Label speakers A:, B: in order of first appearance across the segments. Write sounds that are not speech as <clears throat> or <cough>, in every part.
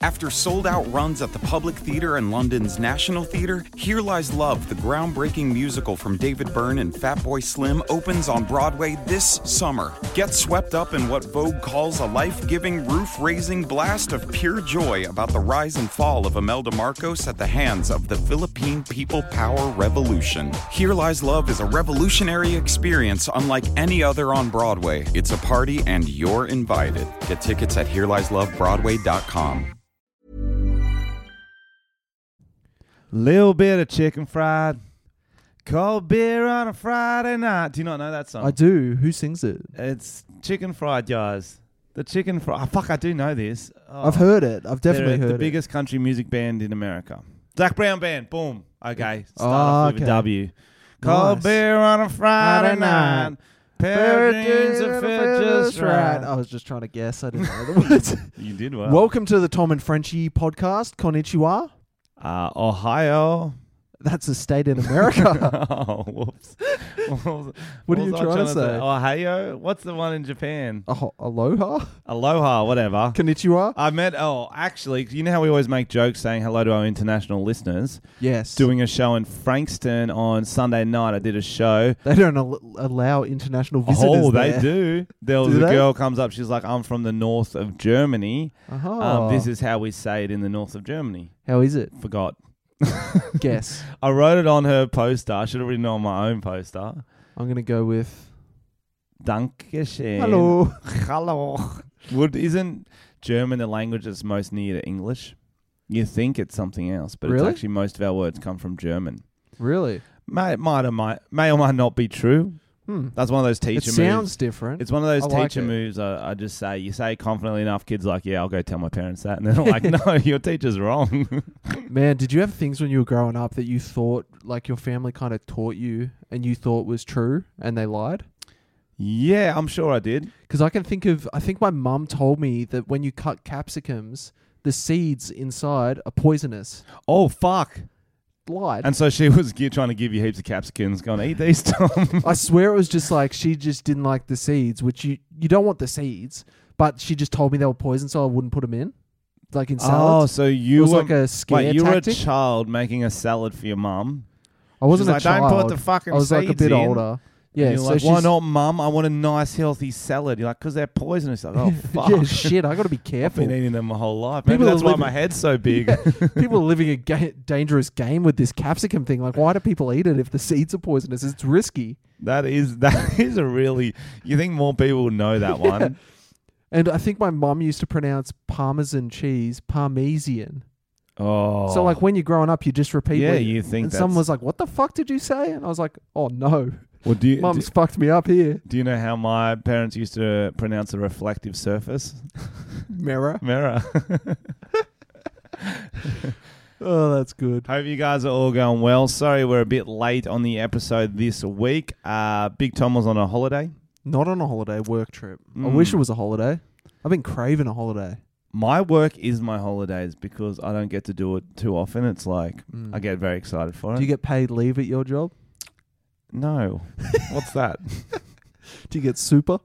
A: After sold out runs at the Public Theatre and London's National Theatre, Here Lies Love, the groundbreaking musical from David Byrne and Fatboy Slim, opens on Broadway this summer. Get swept up in what Vogue calls a life giving, roof raising blast of pure joy about the rise and fall of Imelda Marcos at the hands of the Philippine People Power Revolution. Here Lies Love is a revolutionary experience unlike any other on Broadway. It's a party, and you're invited. Get tickets at HereLiesLoveBroadway.com.
B: Little bit of chicken fried, cold beer on a Friday night. Do you not know that song?
C: I do. Who sings it?
B: It's chicken fried, guys. The chicken fried. Oh, fuck, I do know this. Oh,
C: I've heard it. I've
B: they're
C: definitely heard
B: the
C: it.
B: biggest country music band in America. Black Brown Band. Boom. Okay. Start
C: Oh,
B: off with a
C: okay.
B: W. Cold
C: Nice.
B: beer on a Friday
C: Friday night.
B: night. Pair of jeans that fit just right.
C: I was just Oh. trying to guess. I didn't know
B: <laughs>
C: the words.
B: You did well.
C: Welcome to the Tom and Frenchie podcast. Konnichiwa.
B: Uh, Ohio. <laughs>
C: That's a state in America. <laughs>
B: oh, whoops. What was-
C: What are
B: was
C: you
B: I
C: trying to say?
B: Ohio. What's the one in Japan?
C: oh, aloha.
B: Aloha, whatever.
C: Konnichiwa.
B: I met, oh, actually, you know how we always make jokes saying hello to our international listeners?
C: yes.
B: Doing a show in Frankston on Sunday night. I did a show.
C: They don't al- allow international visitors.
B: Oh, they
C: there.
B: do. There was
C: Do
B: a
C: they?
B: girl comes up. She's like, I'm from the north of Germany.
C: Uh-huh.
B: Um, this is how we say it in the north of Germany.
C: How is it?
B: Forgot. <laughs>
C: Guess.
B: I wrote it on her poster. I should have written it on my own poster.
C: I'm going to go with.
B: Dankeschön.
C: Hello.
B: Hello. Would isn't German the language that's most near to English? You think it's something else, but
C: Really?
B: it's actually most of our words come from German.
C: Really?
B: May, might or might may or might not be true.
C: Hmm.
B: That's one of those
C: It
B: teacher moves.
C: sounds different.
B: It's one of those
C: I like
B: teacher
C: it.
B: moves. uh, I, I just say you say it confidently enough. Kids like, yeah, I'll go tell my parents that, and they're
C: <laughs>
B: like, no, your teacher's wrong. <laughs>
C: Man, did you have things when you were growing up that you thought, like, your family kind of taught you and you thought was true and they lied?
B: yeah, I'm sure I did.
C: Because I can think of, I think my mum told me that when you cut capsicums, the seeds inside are poisonous.
B: Oh fuck!
C: Lied.
B: And so she was gi- trying to give you heaps of capsicums. Going eat these,
C: <laughs>
B: Tom.
C: I swear it was just like she just didn't like the seeds, which you you don't want the seeds, but she just told me they were poison, so I wouldn't put them in, like in
B: oh,
C: salads.
B: so you
C: it was
B: were
C: like a scare
B: Wait, you were a
C: tactic.
B: child making a salad for your mum.
C: I wasn't
B: She's
C: a
B: like,
C: child.
B: Don't put the fucking
C: I was like a
B: seeds in."
C: bit older.
B: And
C: Yeah,
B: you're
C: so
B: like,
C: she's,
B: why not, mum? I want a nice, healthy salad. You're like, because they're poisonous. Like, oh, fuck.
C: <laughs> <laughs> yeah, shit. I got to
B: <laughs>
C: be
B: I've been
C: careful.
B: eating them my whole life. Maybe
C: People
B: that's
C: are
B: why
C: living-
B: my head's so big.
C: <laughs> people are living a ga- dangerous game with this capsicum thing. Like, why do people eat it if the seeds are poisonous? It's risky.
B: that is <laughs> that is a really. You think more people would know that one?
C: <laughs> And I think my mum used to pronounce parmesan cheese parmesan.
B: Oh,
C: So like when you're growing up, you just repeat.
B: yeah,
C: what
B: you think
C: and
B: that's.
C: someone was like, "What the fuck did you say?" And I was like, "Oh no,
B: well, do
C: <laughs>
B: you, do,
C: mum's fucked me up here."
B: do you know how my parents used to pronounce a reflective surface
C: Mirror.
B: mirror? <laughs>
C: Oh, that's good.
B: Hope you guys are all going well. Sorry, we're a bit late on the episode this week. Uh, Big Tom was on a holiday.
C: Not on a holiday, work trip. I
B: Mm.
C: wish it was a holiday. I've been craving a holiday.
B: My work is my holidays because I don't get to do it too often. It's like
C: Mm.
B: I get very excited for it.
C: Do you get paid leave at your job? <laughs>
B: no, what's that?
C: Do you get super?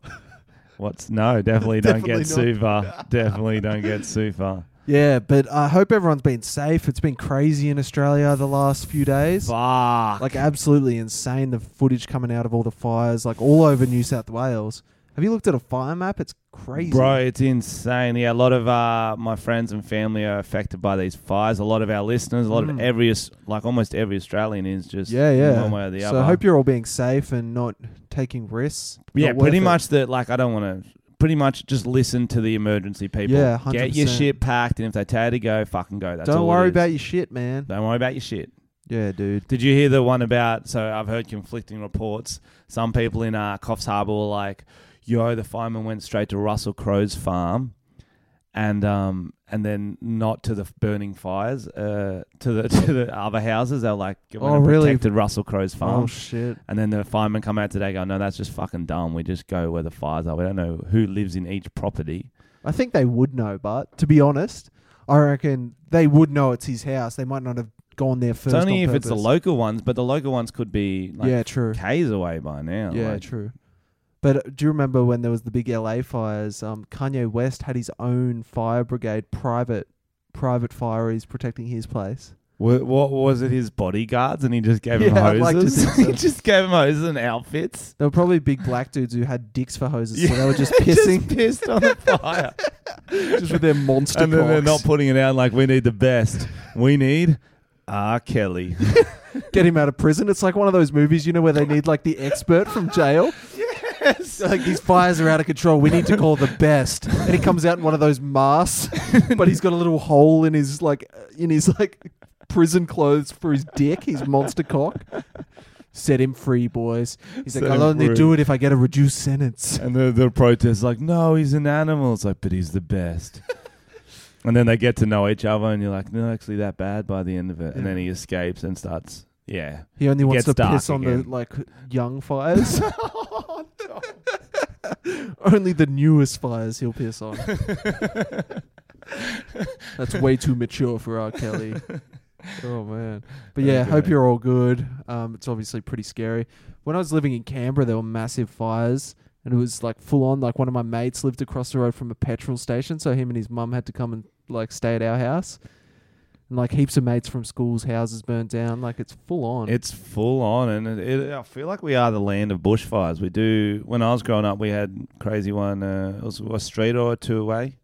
B: What's no?
C: <laughs>
B: Definitely don't get
C: Definitely
B: super. definitely don't get super.
C: Yeah, but I hope everyone's been safe. It's been crazy in Australia the last few days.
B: Fuck.
C: Like absolutely insane the footage coming out of all the fires, like all over New South Wales. Have you looked at a fire map? It's crazy.
B: Bro, it's insane. Yeah, a lot of uh, my friends and family are affected by these fires. A lot of our listeners, a lot of
C: Mm.
B: every, Aus- like almost every Australian is just
C: Yeah, yeah.
B: one way or the
C: so
B: other.
C: I hope you're all being safe and not taking risks.
B: Yeah,
C: Not worth
B: pretty
C: it.
B: much that. Like, I don't want to. Pretty much, just listen to the emergency people.
C: Yeah,
B: get your
C: 100%.
B: shit packed, and if they tell you to go, fucking go. That's
C: Don't
B: all it
C: worry
B: is.
C: about your shit, man.
B: Don't worry about your shit.
C: Yeah, dude.
B: Did you hear the one about? So I've heard conflicting reports. Some people in uh, Coffs Harbour were like, "Yo, the fireman went straight to Russell Crowe's farm, and um, and then not to the f- burning fires, uh, to the <laughs> to the other houses. They're like, "We're
C: Oh,
B: gonna
C: really?
B: protect the Russell Crowe's farm."
C: Oh shit.
B: and then the firemen come out today, go, "No, that's just fucking dumb. We just go where the fires are. We don't know who lives in each property."
C: I think they would know, but to be honest, I reckon they would know it's his house. They might not have gone there first.
B: it's only
C: on
B: if it's the
C: purpose.
B: local ones, but the local ones could be like
C: yeah, true.
B: k's away by now.
C: Yeah,
B: like-
C: true. But uh, do you remember when there was the big LA fires? Um, Kanye West had his own fire brigade, private private fireys protecting his place.
B: What, what was it? His bodyguards, and he just gave him
C: Yeah, I'd
B: hoses.
C: like to
B: <laughs>
C: think so.
B: he just gave him hoses and outfits.
C: There were probably big black dudes who had dicks for hoses, so they were just
B: <laughs> Just
C: pissing
B: pissed on
C: <laughs>
B: the fire,
C: just with their monster
B: and then they're not
C: cocks.
B: putting it out like we need the best. We need R.
C: <laughs>
B: Kelly.
C: Get him out of prison. It's like one of those movies, you know, where they need like the expert from jail.
B: Yes.
C: Like these fires are out of control. We need to call the best, and he comes out in one of those masks, but he's got a little hole in his like uh, in his like prison clothes for his dick, his monster cock. Set him free, boys. He's
B: Set
C: like, I'll
B: him
C: only
B: free.
C: do it if I get a reduced sentence.
B: And the the protest like, no, he's an animal. It's like, but he's the best.
C: <laughs>
B: and then they get to know each other, and you're like, not actually that bad by the end of it. And
C: Yeah.
B: then he escapes and starts, yeah.
C: He only wants
B: Gets
C: to
B: dark
C: piss on the
B: again.
C: like young
B: <laughs>
C: fires. <laughs> only the newest fires he'll
B: <laughs>
C: piss on. That's way too mature for
B: <laughs>
C: R. Kelly. Oh man. But yeah,
B: Okay.
C: hope you're all good. Um, it's obviously pretty scary. When I was living in Canberra, there were massive fires, and it was like full on. Like one of my mates lived across the road from a petrol station, so him and his mum had to come and like stay at our house. And like heaps of mates from schools' houses burned down. Like it's full on.
B: It's full on, and it, it, I feel like we are the land of bushfires. We do. When I was growing up, we had crazy one. Uh, it was a street or two away.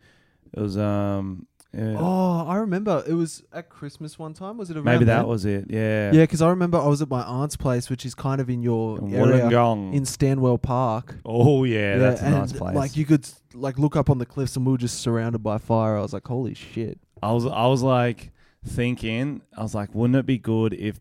B: It was um. yeah,
C: Oh, I remember. It was at Christmas one time. Was it around?
B: maybe that
C: then?
B: was it. Yeah.
C: Yeah, because I remember I was at my aunt's place, which is kind of in your
B: And
C: area
B: Wollongong.
C: in Stanwell Park.
B: oh yeah, that's a
C: and
B: nice place.
C: Like you could s- like look up on the cliffs, and we were just surrounded by fire. I was like, holy shit.
B: I was I was like thinking. I was like, wouldn't it be good if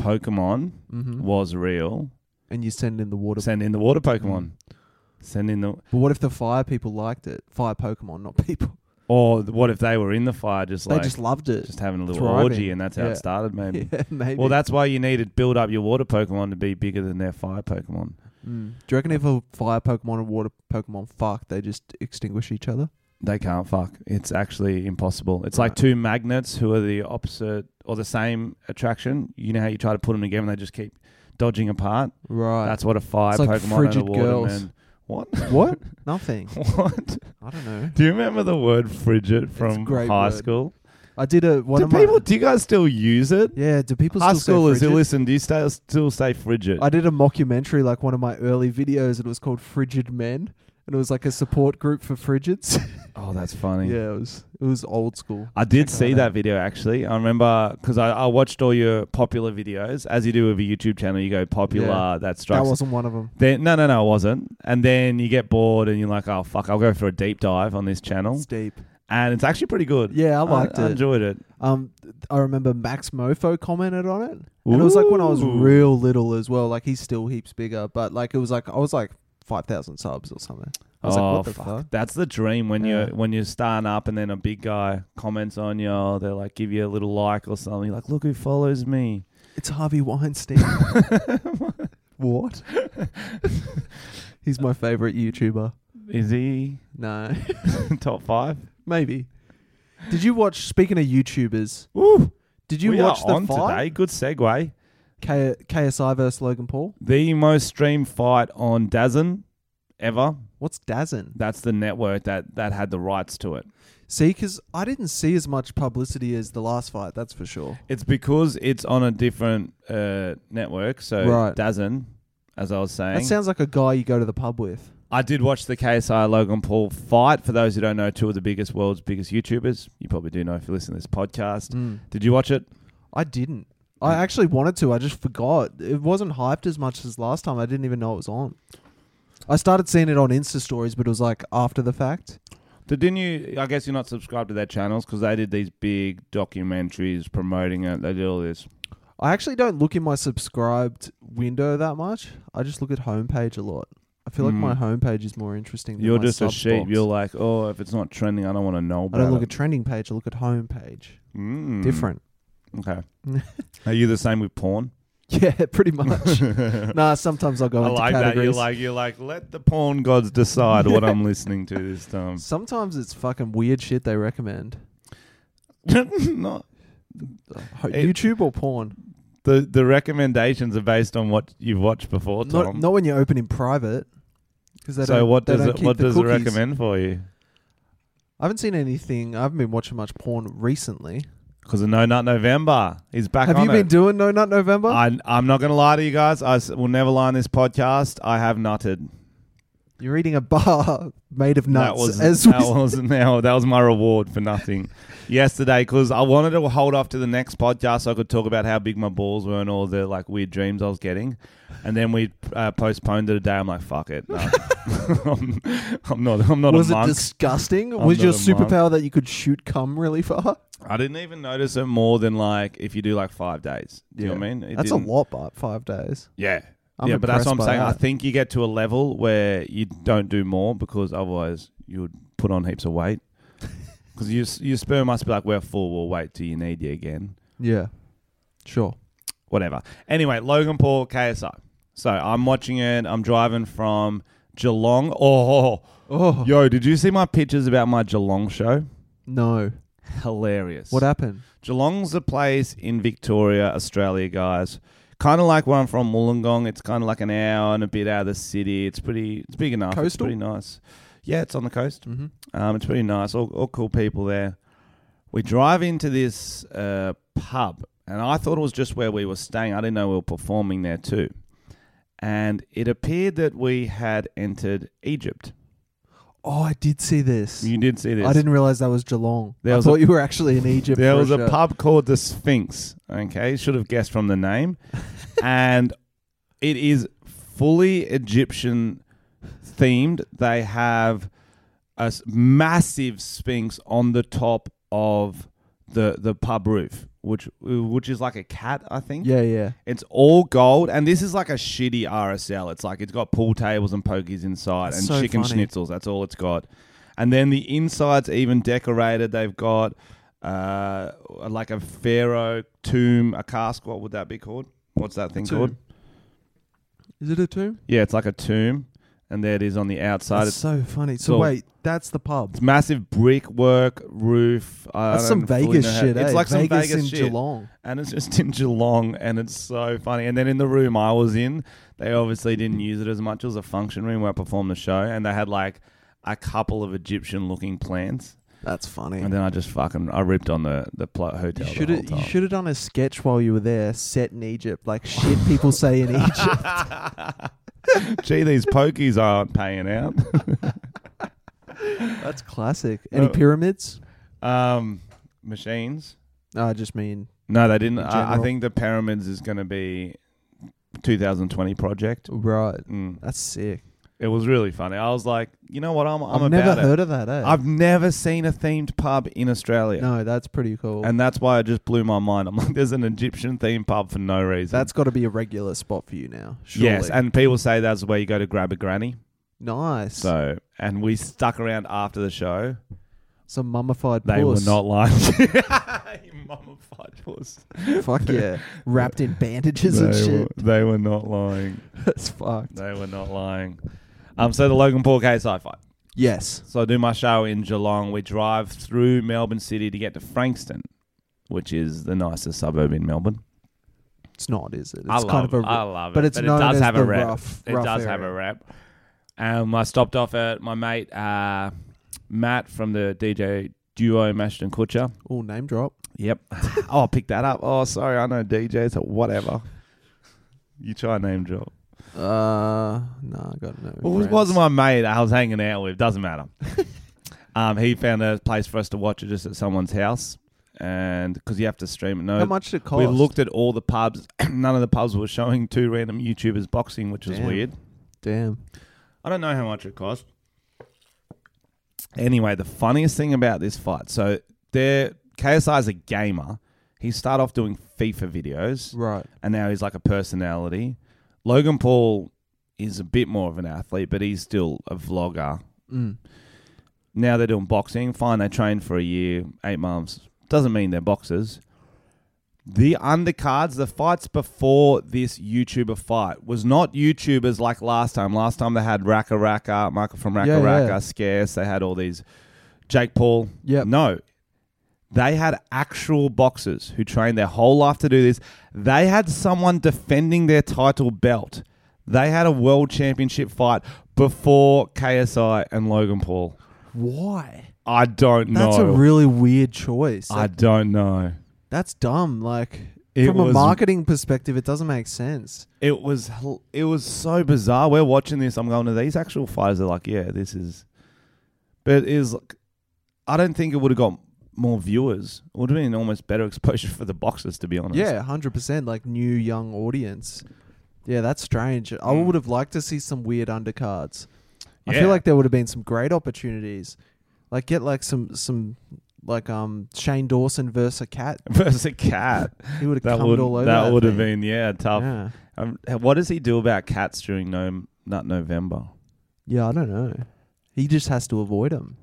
B: Pokemon
C: Mm-hmm.
B: was real?
C: And you send in the water.
B: Send in the water Pokemon.
C: Hmm.
B: Send in the
C: but what if the fire people liked it? Fire Pokemon, not <laughs> people.
B: or what if they were in the fire? Just
C: They
B: like
C: just loved it.
B: just having a little
C: thriving.
B: orgy, and that's how
C: Yeah.
B: it started. Maybe.
C: <laughs> yeah, maybe.
B: Well, that's why you need to build up your water Pokemon to be bigger than their fire Pokemon.
C: Mm. Do you reckon if a fire Pokemon and water Pokemon fuck, they just extinguish each other?
B: They can't fuck. It's actually impossible. It's like
C: Right.
B: two magnets who are the opposite or the same attraction. You know how you try to put them together and they just keep dodging apart.
C: Right.
B: That's what a fire
C: It's like
B: Pokemon and a
C: frigid
B: water
C: girls.
B: man. What? <laughs>
C: what? Nothing.
B: what?
C: I don't know.
B: Do you remember the word frigid
C: a
B: from
C: great
B: high
C: word.
B: school?
C: I did a one
B: Do
C: of my-
B: people? Do you guys still use it?
C: Yeah, do people
B: High
C: still say
B: schoolers who
C: frigid?
B: listen, do you still still say frigid?
C: I did a mockumentary, like one of my early videos, and it was called Frigid Men, and it was like a support group for frigids. <laughs>
B: oh, that's funny.
C: yeah, it was it was old school.
B: I did
C: Check
B: see
C: that out. eh?
B: that video actually. I remember because I, I watched all your popular videos, as you do with a YouTube channel. You go popular,
C: Yeah.
B: that strikes.
C: That wasn't one of them.
B: then, no, no, no, it wasn't. And then you get bored and you're like, oh, fuck, I'll go for a deep dive on this channel.
C: It's deep.
B: And it's actually pretty good.
C: Yeah, I liked
B: I
C: it.
B: enjoyed it.
C: Um, th- I remember Max Mofo commented on it, and it was like when I was
B: Ooh.
C: real little as well. Like he's still heaps bigger, but like it was like I was like five thousand subs or something. I was
B: oh,
C: like, what the
B: fuck.
C: fuck?
B: That's the dream when
C: Yeah.
B: you're when you're starting up and then a big guy comments on you, or they like give you a little like or something. You're like, look who follows me.
C: It's
B: <laughs>
C: Harvey Weinstein. what? he's my favorite YouTuber.
B: Is he <laughs>
C: No.
B: top five?
C: Maybe. Did you watch? Speaking of YouTubers,
B: Woo!
C: did you
B: we
C: watch
B: are
C: the
B: on today.
C: fight?
B: Good segue.
C: K- KSI versus Logan Paul.
B: the most streamed fight on Dazn ever.
C: What's Dazzin?
B: That's the network that that had the rights to it.
C: See, because I didn't see as much publicity as the last fight. That's for sure.
B: It's because it's on a different uh, network. So
C: Right.
B: Dazn, as I was saying,
C: That sounds like a guy you go to the pub with.
B: I did watch the KSI Logan Paul fight. For those who don't know, two of the biggest world's biggest YouTubers. You probably do know if you listen to this podcast.
C: Hmm.
B: Did you watch it?
C: I didn't. I actually wanted to. I just forgot. It wasn't hyped as much as last time. I didn't even know it was on. I started seeing it on Insta stories, but it was like after the fact.
B: Did, didn't you? I guess you're not subscribed to their channels because they did these big documentaries promoting it. They did all this.
C: I actually don't look in my subscribed window that much. I just look at homepage a lot. I feel like
B: Mm.
C: my homepage is more interesting. Than
B: You're
C: my
B: just a
C: subs
B: sheep.
C: box.
B: You're like, oh, if it's not trending, I don't want to know
C: I
B: about
C: don't look at
B: it.
C: trending page. I look at homepage.
B: Mm.
C: Different. <laughs>
B: Okay. Are you the same with porn?
C: Yeah,
B: <laughs>
C: pretty much. nah, sometimes I'll go
B: I
C: into
B: like that. You're
C: categories.
B: like, you're like, let the porn gods decide what I'm listening to this time.
C: sometimes it's fucking weird shit they recommend.
B: <laughs> not
C: Uh,
B: It-
C: YouTube or porn?
B: the the recommendations are based on what you've watched before,
C: Not,
B: Tom.
C: not when you open in private. Because
B: so what does it, what does
C: the
B: it
C: cookies.
B: recommend for you?
C: I haven't seen anything. I haven't been watching much porn recently.
B: Because of No Nut November, he's back.
C: Have
B: on
C: you been
B: it.
C: doing No Nut November?
B: I, I'm not going to lie to you guys. I s- will never lie on this podcast. I have nutted.
C: You're eating a bar <laughs> made of nuts.
B: That was
C: as <laughs>
B: that
C: we-
B: was <laughs> now that was my reward for nothing yesterday because I wanted to hold off to the next podcast so I could talk about how big my balls were and all the like weird dreams I was getting, and then we uh, postponed it a day. I'm like, fuck it. No. <laughs> I'm, I'm not. I'm not
C: was
B: a
C: it
B: monk.
C: disgusting?
B: I'm
C: was
B: not
C: your
B: a monk.
C: superpower that you could shoot cum really <laughs> far?
B: I didn't even notice it more than like if you do like five days. Do you know what I mean? It
C: That's
B: didn't-
C: a lot, but five days.
B: Yeah.
C: I'm
B: yeah, but that's
C: impressed
B: what I'm
C: by
B: saying. I
C: that.
B: think you get to a level where you don't do more because otherwise you would put on heaps of
C: <laughs>
B: weight. Because your, s- your sperm must be like, we're full, we'll wait till you need you again.
C: Yeah. Sure.
B: Whatever. Anyway, Logan Paul, KSI. So I'm watching it. I'm driving from Geelong. Oh,
C: Oh,
B: yo, did you see my pictures about my Geelong show?
C: no.
B: Hilarious.
C: What happened?
B: Geelong's a place in Victoria, Australia, guys. Kind of like where I'm from, Wollongong. It's kind of like an hour and a bit out of the city. It's pretty. It's big enough. It's
C: Coastal?
B: pretty nice. Yeah, it's on the coast.
C: Mm-hmm.
B: Um, it's pretty nice. All, all cool people there. We drive into this uh, pub, and I thought it was just where we were staying. I didn't know we were performing there too. And it appeared that we had entered Egypt.
C: Oh, I did see this.
B: You did see this.
C: I didn't realize that was Geelong.
B: There
C: I
B: was
C: thought
B: a-
C: you were actually in Egypt.
B: There
C: for
B: was a
C: show.
B: pub called the Sphinx. Okay, should have guessed from the
C: <laughs>
B: name, and it is fully Egyptian themed. They have a s- massive Sphinx on the top of the the pub roof, which which is like a cat, I think.
C: Yeah, yeah.
B: It's all gold, and this is like a shitty RSL. It's like it's got pool tables and pokies inside,
C: That's
B: and
C: so
B: chicken
C: funny.
B: schnitzels. That's all it's got. And then the inside's even decorated. They've got uh, like a pharaoh tomb, a cask. What would that be called? What's that thing
C: Tomb.
B: called?
C: Is it a tomb?
B: Yeah, it's like a tomb, and there it is on the outside.
C: That's
B: It's,
C: so funny. So
B: So-
C: wait, that's the pub.
B: it's massive brickwork roof. I
C: That's
B: don't
C: some
B: fully
C: Vegas
B: know how-
C: shit.
B: It's
C: eh?
B: like some
C: Vegas
B: Vegas
C: in
B: shit.
C: Geelong.
B: and it's just <laughs> in Geelong, and it's so funny. And then in the room I was in, they obviously
C: Mm.
B: didn't use it as much. It was a function room where I performed the show, and they had like a couple of Egyptian-looking plants.
C: That's funny.
B: And then I just fucking I ripped on the the pl- hotel.
C: You
B: the
C: should
B: whole
C: have you
B: time.
C: should have done a sketch while you were there, set in Egypt, like shit people
B: <laughs>
C: say in Egypt.
B: Gee, these pokies aren't paying out.
C: <laughs> That's classic. Any
B: Uh,
C: pyramids?
B: um, machines?
C: No, I just mean
B: No, they didn't.
C: In
B: I, I
C: general.
B: think the pyramids is going to be 2020 project.
C: right.
B: Mm.
C: That's sick.
B: It was really funny. I was like, you know what? I'm I'm
C: I've
B: about
C: never
B: it.
C: heard of that. Eh?
B: I've never seen a themed pub in Australia.
C: no, that's pretty cool.
B: And that's why it just blew my mind. I'm like, there's an Egyptian themed pub for no reason.
C: that's got to be a regular spot for you now. Surely.
B: yes, and people say that's where you go to grab a granny.
C: nice.
B: So, and we stuck around after the show.
C: Some mummified
B: They
C: puss.
B: were not lying. <laughs> You mummified puss.
C: <laughs> Fuck
B: <laughs>
C: yeah, wrapped in bandages and
B: They were,
C: shit.
B: they were not lying.
C: <laughs> That's fucked.
B: They were not lying. Um, so the Logan Paul KSI fight.
C: Yes.
B: So I do my show in Geelong. We drive through Melbourne City to get to Frankston, which is the nicest suburb in Melbourn.
C: It's not, is it? It's
B: I love
C: kind of
B: it.
C: a.
B: I love it.
C: but it's
B: but
C: known
B: it does
C: as
B: have
C: the
B: a rep.
C: rough-
B: it
C: rough
B: does have
C: area.
B: a rep. Um, I stopped off at my mate uh, Matt from the DJ duo Mashton Kutcher.
C: oh, name drop.
B: Yep. <laughs> oh, I picked that up. Oh, sorry, I know DJs. So whatever. You try name drop.
C: Uh, no, I got no.
B: Well, it
C: friends.
B: was my mate I was hanging out with. Doesn't matter. <laughs> um, he found a place for us to watch it just at someone's house, and because you have to stream it. No,
C: How much did it cost?
B: we looked at all the pubs. <clears throat> None of the pubs were showing two random YouTubers boxing, which was
C: Damn.
B: weird.
C: Damn.
B: I don't know how much it cost. Anyway, the funniest thing about this fight, so there KSI is a gamer. He started off doing FIFA videos,
C: Right.
B: and now he's like a personality. Logan Paul is a bit more of an athlete, but he's still a vlogger.
C: Mm.
B: Now they're doing boxing. Fine, they train for a year, eight months. Doesn't mean they're boxers. The undercards, the fights before this YouTuber fight was not YouTubers like last time. Last time they had Raka Raka, Michael from Raka
C: Yeah,
B: Raka,
C: yeah.
B: Scarce. They had all these Jake Paul.
C: Yep.
B: No. They had actual boxers who trained their whole life to do this. They had someone defending their title belt. They had a world championship fight before KSI and Logan Paul.
C: Why?
B: I don't
C: That's
B: know.
C: a really weird choice.
B: I
C: That-
B: don't know.
C: that's dumb. Like
B: It
C: from a
B: was-
C: marketing perspective, it doesn't make sense.
B: It was hel- it was so bizarre. We're watching this. I'm going to these actual fighters are like, yeah, this is. But it is. like- I don't think it would have got more viewers. It would have been almost better <laughs> exposure for the boxers, to be honest.
C: Yeah, hundred percent. Like new young audience. Yeah, that's strange. I would have liked to see some weird undercards. I
B: Hmm. Yeah.
C: feel like there would have been some great opportunities. Like get like some some like um Shane Dawson versus a cat.
B: <laughs> versus a
C: <laughs>
B: cat.
C: He would have
B: That
C: come
B: would
C: all over.
B: that would have
C: thing.
B: been yeah tough.
C: Yeah.
B: Um, what does he do about cats during no not November?
C: yeah, I don't know. He just has to avoid him.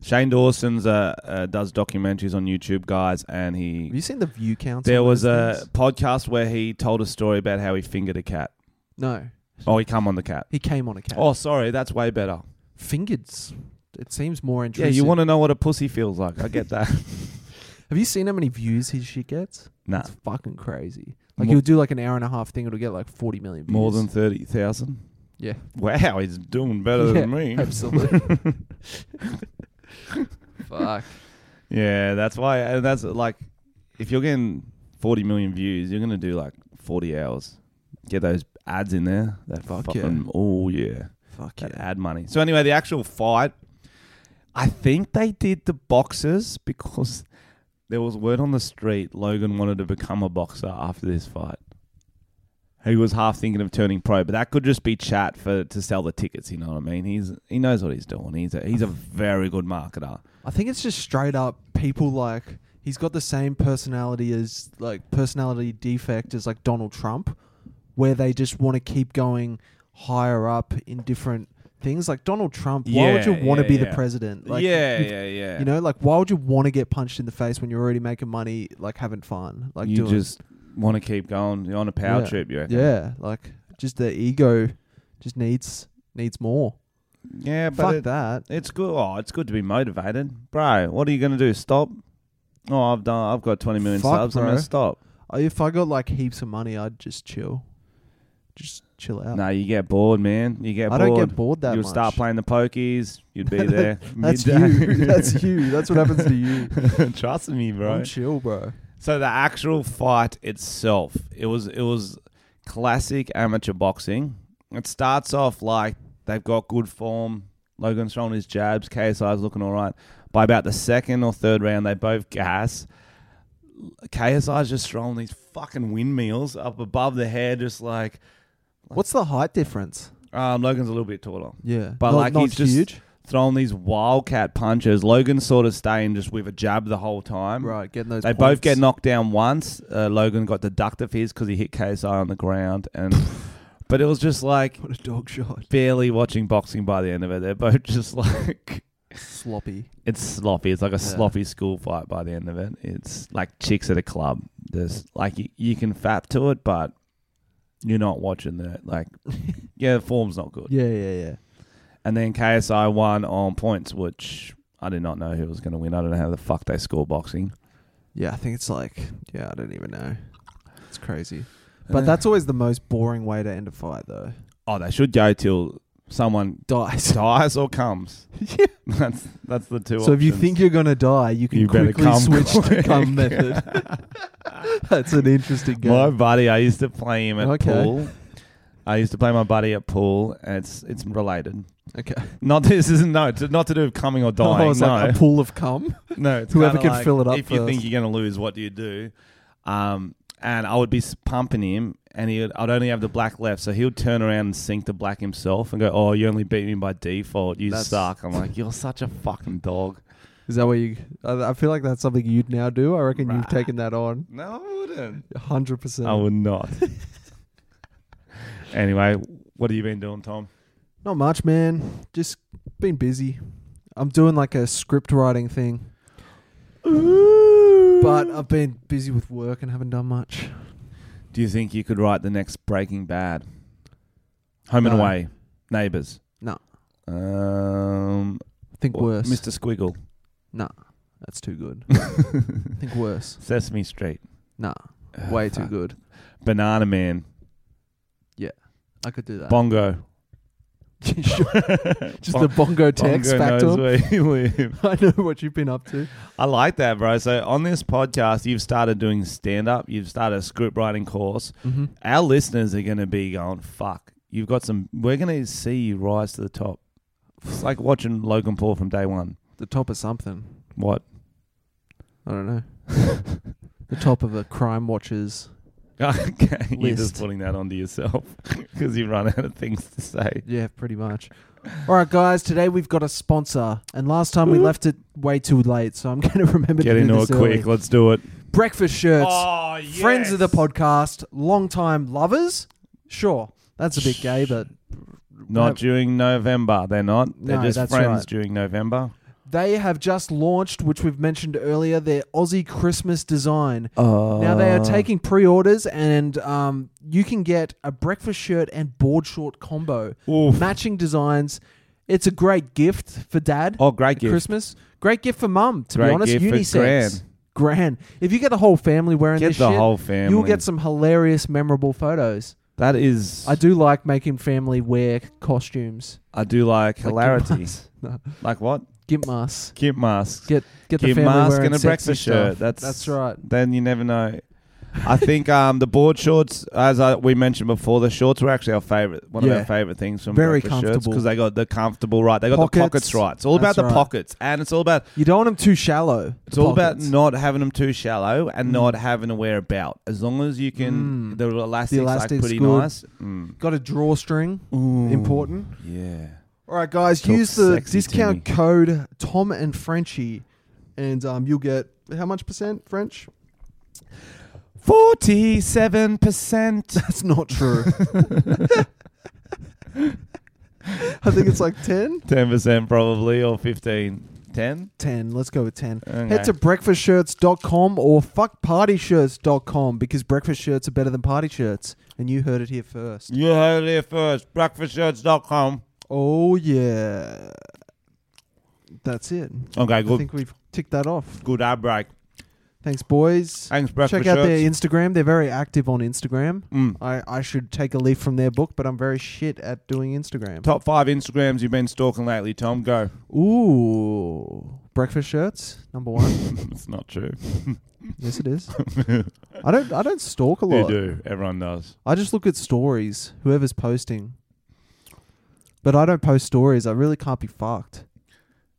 B: Shane Dawson's uh, uh does documentaries on YouTube, guys, and he
C: Have you seen the view count?
B: there
C: on
B: was
C: those
B: a
C: things?
B: podcast where he told a story about how he fingered a cat.
C: no.
B: Oh, he come on the cat.
C: He came on a cat.
B: Oh, sorry, that's way better.
C: fingers. It seems more
B: Yeah,
C: interesting.
B: you want to know what a pussy feels like? I get
C: <laughs>
B: that.
C: Have you seen how many views his shit gets?
B: nah,
C: It's fucking crazy. Like
B: Mo-
C: he'll do like an hour and a half thing, it'll get like forty million views.
B: more than thirty thousand.
C: yeah,
B: Wow, he's doing better
C: <laughs>
B: than me. <laughs>
C: absolutely. Fuck.
B: Yeah, that's why. And that's like, if you're getting 40 million views, you're going to do like 40 hours. Get those ads in there. That
C: Fuck
B: fucking, oh, yeah.
C: Fuck
B: That
C: yeah.
B: ad money. So, anyway, the actual fight, I think they did the boxers because there was word on the street Logan wanted to become a boxer after this fight. He was half thinking of turning pro, but that could just be chat for to sell the tickets. You know what I mean? He's he knows what he's doing. He's a, he's a very good marketer.
C: I think it's just straight up people like he's got the same personality as like personality defect as like Donald Trump, where they just want to keep going higher up in different things. Like Donald Trump, why would you
B: Yeah,
C: want to
B: yeah,
C: be
B: yeah.
C: the president? Like
B: yeah,
C: you've
B: yeah, yeah.
C: You know, like why would you want to get punched in the face when you're already making money, like having fun, like
B: you
C: doing
B: just want to keep going. You're on a power
C: Yeah.
B: trip, you reckon?
C: yeah, like just the ego just needs needs more.
B: Yeah, but
C: Fuck
B: it,
C: that.
B: it's good. Oh, it's good to be motivated, bro. What are you gonna do? Stop? Oh, I've done. I've got 20 million
C: Fuck,
B: subs. I'm
C: bro.
B: gonna stop.
C: I- If I got like heaps of money, I'd just chill, just chill out. <laughs>
B: No, you get bored, man. You get.
C: Uh, I
B: bored.
C: don't get bored that
B: You'll
C: much.
B: start playing the pokies. You'd
C: <laughs>
B: be there.
C: That's
B: midday. <laughs>
C: you. That's you. That's what happens to you.
B: Trust me, bro.
C: I'm chill, bro.
B: So the actual fight itself, it was it was classic amateur boxing. It starts off like they've got good form. Logan's throwing his jabs. KSI's looking all right. By about the second or third round, they both gas. KSI's just throwing these fucking windmills up above the head, just like
C: What's the height difference?
B: um, Logan's a little bit taller.
C: Yeah,
B: But
C: Not-
B: like
C: not
B: he's just
C: huge,
B: throwing these wildcat punches. Logan's sort of staying just with a jab the whole time.
C: right? Getting those.
B: They both get
C: points.
B: knocked down once. Uh, Logan got deducted of his because he hit KSI on the ground,
C: <laughs>
B: and but it was just like
C: What a dog
B: <laughs>
C: shot.
B: barely watching boxing by the end of it. They're both <laughs> just like
C: Sloppy.
B: it's sloppy. It's like a
C: Yeah.
B: sloppy school fight by the end of it. It's like chicks at a club. There's like you, you can fap to it, but you're not watching that.
C: <laughs>
B: Like yeah, the form's not good.
C: Yeah, yeah, yeah.
B: And then KSI won on points, which I did not know who was going to win. I don't know how the fuck they score boxing.
C: Yeah, I think it's like yeah, I don't even know. It's crazy. But that's always the most boring way to end a fight though.
B: Oh, they should go till someone <laughs>
C: <laughs> Dies.
B: dies or comes. <laughs>
C: Yeah.
B: That's that's the two.
C: So if you
B: options.
C: think you're gonna die, you can
B: You better
C: quickly
B: come
C: switch to
B: quick. <laughs>
C: come method. <laughs> That's an interesting game. <laughs>
B: my buddy, I used to play him at
C: Okay.
B: pool. I used to play my buddy at pool. And it's it's related.
C: okay.
B: Not this isn't no to, not to do with coming or dying.
C: <laughs> I was
B: no,
C: like a pool of cum.
B: no. It's
C: whoever
B: kinda
C: can
B: like,
C: fill it up
B: If you think
C: first.
B: you're going to lose, what do you do? Um, and I would be s- pumping him, and he would, I'd only have the black left, so he would turn around and sink the black himself and go, "Oh, you only beat me by default. You
C: That's-
B: suck." I'm like, "You're such a fucking dog."
C: Is that what you? I, I feel like that's something you'd now do. I reckon you've taken that on.
B: No, I wouldn't.
C: Hundred
B: I
C: percent.
B: would not. <laughs> anyway, What have you been doing, Tom?
C: Not much, man. Just been busy. I'm doing like a script writing thing, but I've been busy with work and haven't done much.
B: Do you think you could write the next Breaking Bad? Home and
C: No.
B: Away, Neighbours.
C: No.
B: Um,
C: Think
B: what-
C: worse.
B: Mr.
C: <laughs>
B: Squiggle, <laughs>
C: Nah, that's too good. Think worse.
B: Sesame Street,
C: Nah,
B: Uh,
C: <sighs> way too
B: fuck.
C: good.
B: Banana
C: <laughs>
B: Man,
C: I could do that.
B: Bongo.
C: <laughs> Just the bongo text
B: Bongo
C: back
B: knows
C: to 'em.
B: where <laughs> you live.
C: <laughs> I know what you've been up to.
B: I like that, bro. So on this podcast, you've started doing stand up. You've started a script writing course.
C: Mm-hmm.
B: Our listeners are going to be going, "Fuck, you've got some." We're going to see you rise to the top. It's like watching Logan Paul from day one.
C: The top of something.
B: What? <laughs>
C: I don't know. the top of a crime watchers.
B: Okay, you're
C: List.
B: just putting that onto yourself <laughs> because you run out of things to say.
C: Yeah,
B: <laughs>
C: pretty much. All right, guys. Today we've got a sponsor, and last time we left it way too late, so I'm <laughs> going to remember
B: Get
C: to do
B: into it
C: this
B: quick.
C: early.
B: Let's do it.
C: Breakfast shirts.
B: Oh,
C: Friends of the podcast, long time lovers. Sure, that's a bit gay, but
B: Not during November. They're not. They're
C: No,
B: just
C: that's
B: friends
C: right.
B: during November.
C: They have just launched, which we've mentioned earlier, their Aussie Christmas design.
B: Oh.
C: now they are taking pre-orders, and um, you can get a breakfast shirt and board short combo,
B: Oof.
C: matching designs. It's a great gift for dad.
B: Oh, great
C: at
B: gift.
C: Christmas, great gift for mum. To
B: Great
C: be honest,
B: gift for
C: unisex.
B: Gran.
C: Gran. If you get the whole family wearing
B: Get
C: this
B: the
C: shit,
B: whole family.
C: you'll get some hilarious, memorable photos.
B: That is.
C: I do like making family wear costumes.
B: I do like
C: Like
B: hilarity.
C: Gimp <laughs> masks. No,
B: Like what?
C: Gimp masks.
B: Gimp masks.
C: Get get the
B: Gimp
C: family
B: mask
C: wearing
B: and a
C: sexy
B: breakfast
C: stuff.
B: shirt. That's
C: That's right.
B: Then you never know. I think um, the board shorts, as I, we mentioned before, the shorts were actually our favorite, one of
C: Yeah.
B: our favorite things from
C: Very comfortable.
B: because they got the comfortable right. They got the
C: Pockets.
B: pockets right. It's all about
C: That's
B: the
C: right.
B: pockets, and it's all about
C: You don't want them too shallow.
B: It's all about not having them too shallow and not having to wear a belt. As long as you can,
C: Mm.
B: the elastic's,
C: elastic's
B: like pretty
C: good.
B: nice. Mm.
C: Got a drawstring. Important.
B: Yeah.
C: All right, guys,
B: Talk
C: use the
B: sexy to
C: discount code Tom and Frenchie, and um, you'll get how much
B: <laughs>
C: percent French?
B: Forty-seven percent. <laughs>
C: That's not true. <laughs> I think it's like 10?
B: Ten percent probably, or fifteen. Ten.
C: 10. Let's go with 10.
B: Okay.
C: Head to breakfastshirts.com or fuckpartyshirts.com because breakfast shirts are better than party shirts. And you heard it here first.
B: You heard it here first. Breakfastshirts.com.
C: Oh, yeah. That's it.
B: Okay,
C: I
B: good.
C: think we've ticked that off.
B: Good ad break.
C: Thanks, boys.
B: Thanks, breakfast
C: Check out
B: shirts.
C: their Instagram. They're very active on Instagram.
B: Mm.
C: I, I should take a leaf from their book, but I'm very shit at doing Instagram.
B: Top five Instagrams you've been stalking lately, Tom. Go. <laughs>
C: Ooh. Breakfast shirts,
B: <laughs>
C: number one.
B: it's not true.
C: yes, it is. I don't I don't stalk a
B: You
C: lot.
B: do. Everyone does.
C: I just look at stories, whoever's posting. But I don't post stories. I really can't be fucked.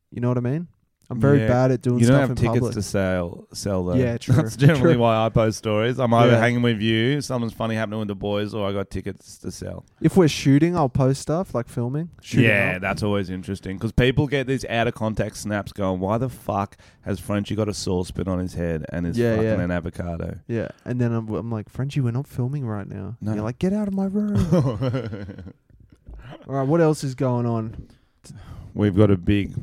C: You know what I mean? I'm very
B: Yeah.
C: bad at doing
B: You don't
C: stuff
B: have
C: in
B: tickets
C: public.
B: to sell, sell though.
C: Yeah,
B: <laughs>
C: true,
B: That's generally
C: true.
B: why I post stories. I'm either
C: Yeah.
B: hanging with you, something's funny happening with the boys, or I got tickets to sell.
C: if we're shooting, I'll post stuff like filming. Shooting
B: yeah,
C: up.
B: that's always interesting because people get these out of context snaps going, "Why the fuck has Frenchie got a saucepan on his head and is
C: Yeah,
B: fucking
C: yeah.
B: an avocado?"
C: yeah. And then I'm, I'm like, Frenchie, we're not filming right now.
B: No.
C: And you're like, get out of my room.
B: <laughs>
C: All right, what else is going on?
B: We've got a big,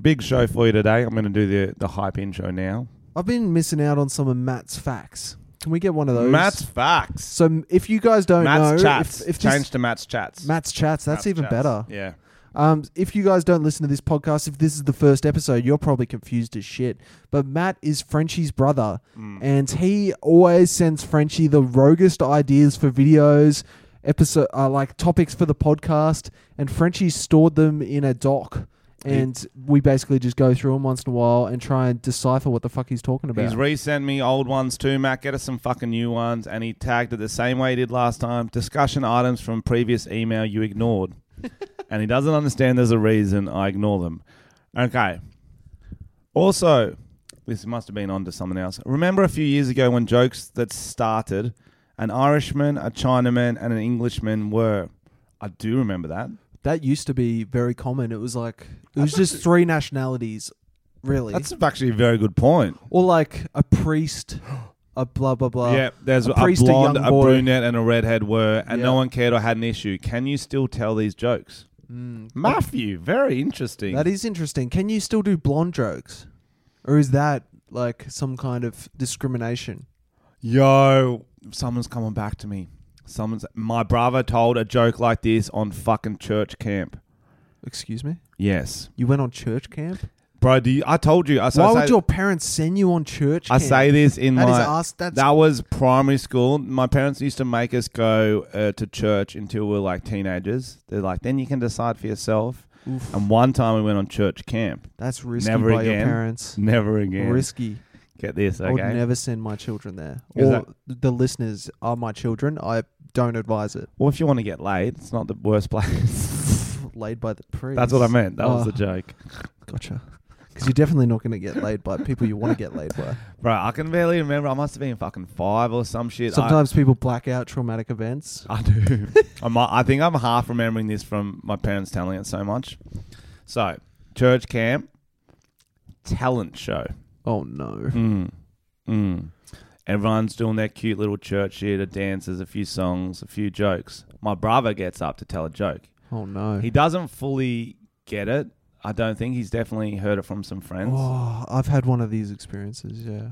B: big show for you today. I'm going to do the the hype intro now.
C: I've been missing out on some of Matt's facts. Can we get one of those?
B: Matt's facts.
C: So m- if you guys don't
B: Matt's
C: know,
B: chats.
C: if, if this-
B: Change to Matt's chats.
C: Matt's chats, that's
B: Matt's
C: even
B: chats.
C: better.
B: Yeah.
C: Um, if you guys don't listen to this podcast, if this is the first episode, you're probably confused as shit. But Matt is Frenchie's brother, and he always sends Frenchie the roguest ideas for videos, episode uh, like topics for the podcast, and Frenchie stored them in a doc. And we basically just go through them once in a while and try and decipher what the fuck he's talking about.
B: He's resent me old ones too, Matt. Get us some fucking new ones. And he tagged it the same way he did last time. Discussion items from previous email you ignored. and he doesn't understand there's a reason I ignore them. Okay. Also, this must have been onto something else. Remember a few years ago when jokes that started an Irishman, a Chinaman, and an Englishman were. I do remember that.
C: that used to be very common. It was like it was just three nationalities, really,
B: That's actually a very good point.
C: or like a priest, a blah blah blah.
B: yeah, there's a,
C: priest, a
B: blonde,
C: young
B: a,
C: boy.
B: brunette, and a redhead were, and no
C: Yeah.
B: one cared or had an issue. Can you still tell these jokes? Matthew, very interesting.
C: Mm. That is interesting. Can you still do blonde jokes, or is that like some kind of discrimination?
B: Yo, someone's coming back to me. Someone's my brother told a joke like this on fucking church camp.
C: Excuse me.
B: Yes,
C: You went on church camp.
B: bro. Do you, I told you? I, so
C: Why
B: I
C: would
B: say-
C: your parents send you on church?
B: I
C: camp?
B: say this in
C: That is
B: my
C: us- that's-
B: that was primary school. My parents used to make us go uh, to church until we were like teenagers. They're like, then you can decide for yourself.
C: Oof.
B: And one time we went on church camp.
C: That's risky
B: Never
C: by your
B: again.
C: parents.
B: Never again.
C: Risky.
B: Get this,
C: I would
B: okay?
C: never send my children there.
B: Is
C: Or
B: that-
C: the listeners are my children. I don't advise it.
B: well, if you want to get laid, it's not the worst place. <laughs>
C: Laid by the priest.
B: That's what I meant. That was
C: Oh.
B: the joke.
C: Gotcha. Because you're definitely not going to get laid by people you want to get
B: <laughs>
C: laid by.
B: Bro, I can barely remember. I must have been fucking five or some shit. I-
C: Sometimes people black out traumatic events.
B: <laughs> I
C: <laughs>
B: do. I'm, I think I'm half remembering this from my parents telling it so much. So, church camp, talent show.
C: Oh no.
B: Mm. Mm. Everyone's doing their cute little church shit, a dance, there's a few songs, a few jokes. My brother gets up to tell a joke.
C: Oh no.
B: He doesn't fully get it. I don't think he's definitely heard it from some friends.
C: Oh, I've had one of these experiences. Yeah.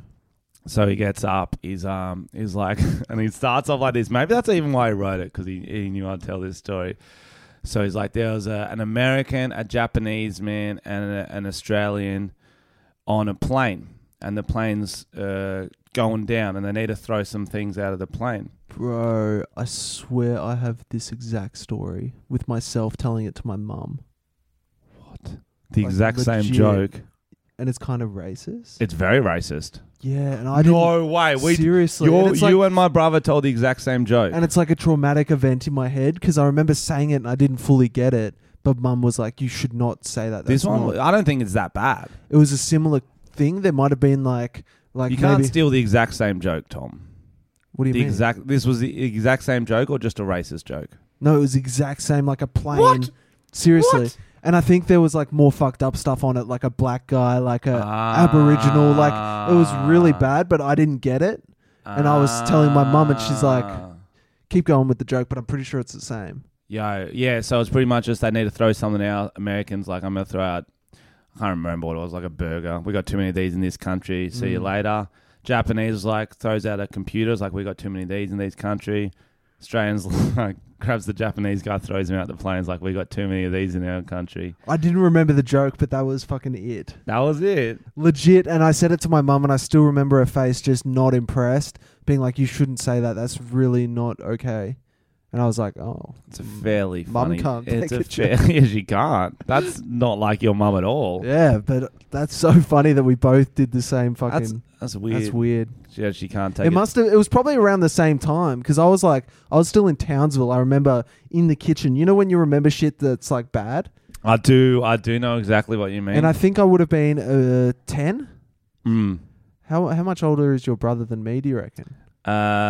B: So he gets up. He's um. He's like, <laughs> and he starts off like this. Maybe that's even why he wrote it because he, he knew I'd tell this story. So he's like, there was a, an American, a Japanese man, and a, an Australian on a plane, and the plane's uh, going down, and they need to throw some things out of the plane.
C: Bro, I swear I have this exact story with myself telling it to my mum.
B: The
C: Like,
B: exact same
C: legit.
B: joke.
C: And it's kind of racist.
B: It's very racist.
C: yeah, and I didn't,
B: no way. We
C: seriously.
B: you're-
C: and it's like-
B: you and my brother told the exact same joke.
C: And it's like a traumatic event in my head because I remember saying it and I didn't fully get it. But mum was like, "You should not say that."
B: this
C: That's
B: one,
C: not-"
B: I don't think it's that bad.
C: it was a similar thing. There might have been like, like
B: you
C: maybe.
B: can't steal the exact same joke, Tom.
C: what do you
B: the
C: mean?
B: exact this was the exact same joke or just a racist joke
C: no, it was the exact same, like a plane. Seriously. And I think there was like more fucked up stuff on it, like a black guy, like a Aboriginal, like it was really
B: Ah.
C: bad. But I didn't get it. And I was telling my mum and she's like-
B: Ah.
C: Keep going with the joke, but I'm pretty sure it's the same.
B: yo yeah so it's pretty much just they need to throw something out americans like i'm gonna throw out i can't remember what it was like a burger we got too many of these in this country see you
C: Mm.
B: later japanese was like throws out a computer it's like we got too many of these in this country australians <laughs> like grabs the japanese guy throws him out the planes like we got too many of these in our country
C: I didn't remember the joke, but that was fucking it.
B: that was it
C: legit and i said it to my mum and i still remember her face just not impressed being like you shouldn't say that that's really not okay and i was like oh
B: It's a fairly
C: Mum
B: funny.
C: can't
B: it's
C: take
B: a
C: a
B: fair, <laughs> yeah, she can't. That's not like your mum at all.
C: yeah but that's so <laughs> funny that we both did the same fucking
B: that's
C: that's
B: that's weird.
C: weird,
B: Yeah, she can't take
C: it must have it was probably around the same time because i was like i was still in townsville i remember in the kitchen you know when you remember shit that's like bad
B: I do. I do know exactly what you mean.
C: and i think i would have been uh 10
B: Mm.
C: how, how much older is your brother than me do you reckon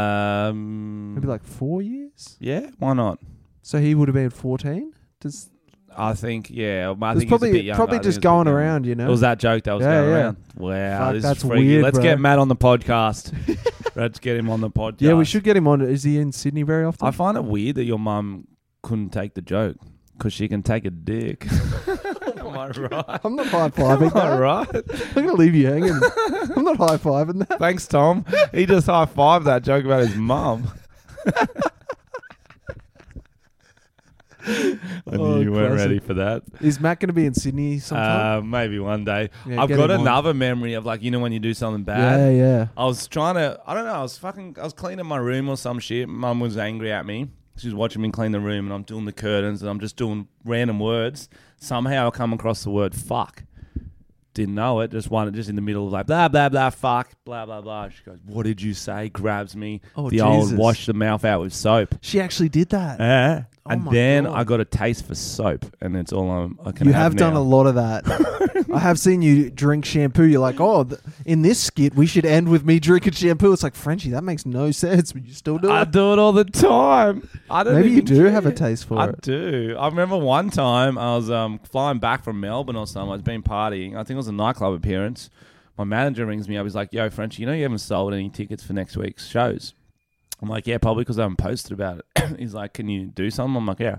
B: Um.
C: maybe like four years
B: Yeah. Why not?
C: so he would have been 14 does
B: I think. Yeah. I think he's a
C: It's
B: bit
C: probably
B: younger. I
C: probably
B: think
C: just
B: he's a bit
C: going
B: younger.
C: around, you know.
B: It was that joke that was
C: Yeah,
B: going
C: yeah.
B: around. Wow,
C: Fuck,
B: this
C: that's
B: is freaky.
C: weird,
B: Let's
C: bro.
B: get Matt on the podcast.
C: <laughs>
B: Let's get him on the podcast.
C: yeah, we should get him on. Is he in Sydney very often?
B: I find it weird that your mum couldn't take the joke because she can take a dick. <laughs> Am I right?
C: I'm not high fiving.
B: <laughs> All
C: <laughs> that.
B: right.
C: I'm gonna leave you hanging. <laughs> I'm not high fiving that.
B: Thanks, Tom. He just high fived that joke about his mum. <laughs> I knew
C: Oh,
B: you weren't
C: classic.
B: ready for that.
C: Is Matt gonna be in Sydney sometime?
B: Uh, maybe one day.
C: Yeah,
B: I've
C: get
B: got
C: him on.
B: another memory of like you know when you do something bad.
C: yeah, yeah.
B: I was trying to. I don't know. I was fucking. I was cleaning my room or some shit. Mum was angry at me. She was watching me clean the room, and I'm doing the curtains, and I'm just doing random words. Somehow I come across the word "fuck." Didn't know it. Just one. Just in the middle of like blah blah blah fuck blah blah blah. She goes, "What did you say?" Grabs me.
C: Oh,
B: the old
C: Jesus.
B: wash the mouth out with soap.
C: She actually did that.
B: Eh?
C: Oh
B: and
C: my
B: then
C: God.
B: I got a taste for soap, and it's all I'm, I can.
C: you have done
B: now.
C: a lot of <laughs> that. I have seen you drink shampoo. You're like, oh, th- in this skit, we should end with me drinking shampoo. It's like Frenchie, that makes no sense, but you still do
B: I
C: it.
B: do it all the time. I don't
C: Maybe you
B: even
C: do
B: care.
C: have a taste for
B: I
C: it.
B: do. I remember one time I was um, flying back from Melbourne or something. I was been partying. I think it was a nightclub appearance. my manager rings me up. He's like, "Yo, French, you know you haven't sold any tickets for next week's shows." I'm like, "Yeah, probably because I haven't posted about it." <coughs> He's like, "Can you do something?" I'm like, "Yeah,"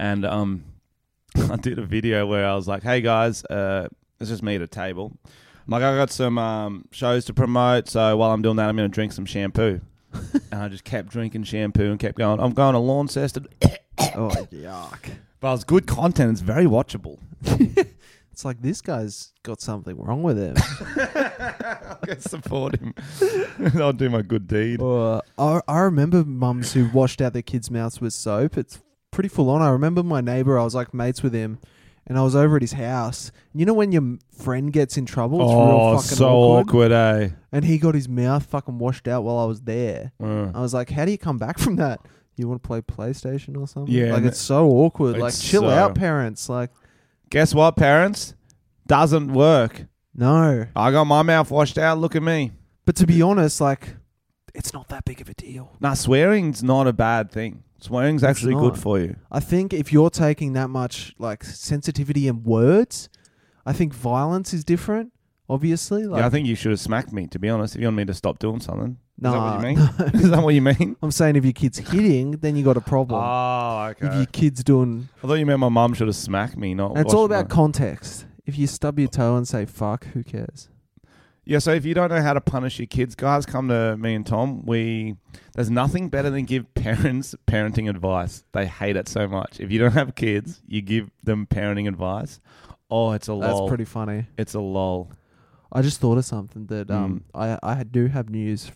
B: and um, <laughs> I did a video where I was like, "Hey guys, uh, it's just me at a table." I'm like, "I got some um, shows to promote, so while I'm doing that, I'm going to drink some
C: <laughs>
B: shampoo." and I just kept drinking shampoo and kept going. I'm going to Launceston.
C: Oh yuck!
B: But it's good content. It's very watchable.
C: It's like this guy's got something wrong with him.
B: <laughs> I can support him. <laughs> I'll do my good deed.
C: Or I, I remember mums who washed out their kids' mouths with soap. It's pretty full on. I remember my neighbor. I was like mates with him, and I was over at his house. You know when your m- friend gets in trouble, it's real
B: Oh,
C: fucking
B: so awkward,
C: awkward.
B: eh?
C: And he got his mouth fucking washed out while I was there.
B: Uh,
C: I was like, "How do you come back from that? You want to play PlayStation or something?
B: Yeah,
C: like
B: and
C: it's so awkward.
B: it's uh,
C: Like chill
B: so-
C: out, parents. Like
B: Guess what, parents? Doesn't work.
C: no.
B: I got my mouth washed out. Look at me.
C: But to be honest, like it's not that big of a deal.
B: Now, swearing's not a bad thing. Swearing's actually good
C: not.
B: for you.
C: I think if you're taking that much like sensitivity in words, I think violence is different. Obviously, like
B: yeah, I think you should have smacked me, to be honest, if you want me to stop doing something. Is that
C: Nah,
B: what you mean? <laughs> Is that what you mean?
C: <laughs> I'm saying if your
B: <laughs>
C: kid's hitting, then you got a <laughs> problem.
B: Oh, okay.
C: if your kid's doing,
B: I thought you meant my mum should have smacked me, not.
C: and it's all
B: washed my-
C: about context. If you stub your toe and say "fuck," who cares?
B: Yeah, so if you don't know how to punish your kids, guys, come to me and Tom. We there's nothing better than give parents parenting advice. They hate it so much. If you don't have kids, you give them parenting advice. Oh, it's a
C: That's
B: lol.
C: pretty funny.
B: it's a lol.
C: I just thought of something
B: Hmm.
C: that um I I do have news.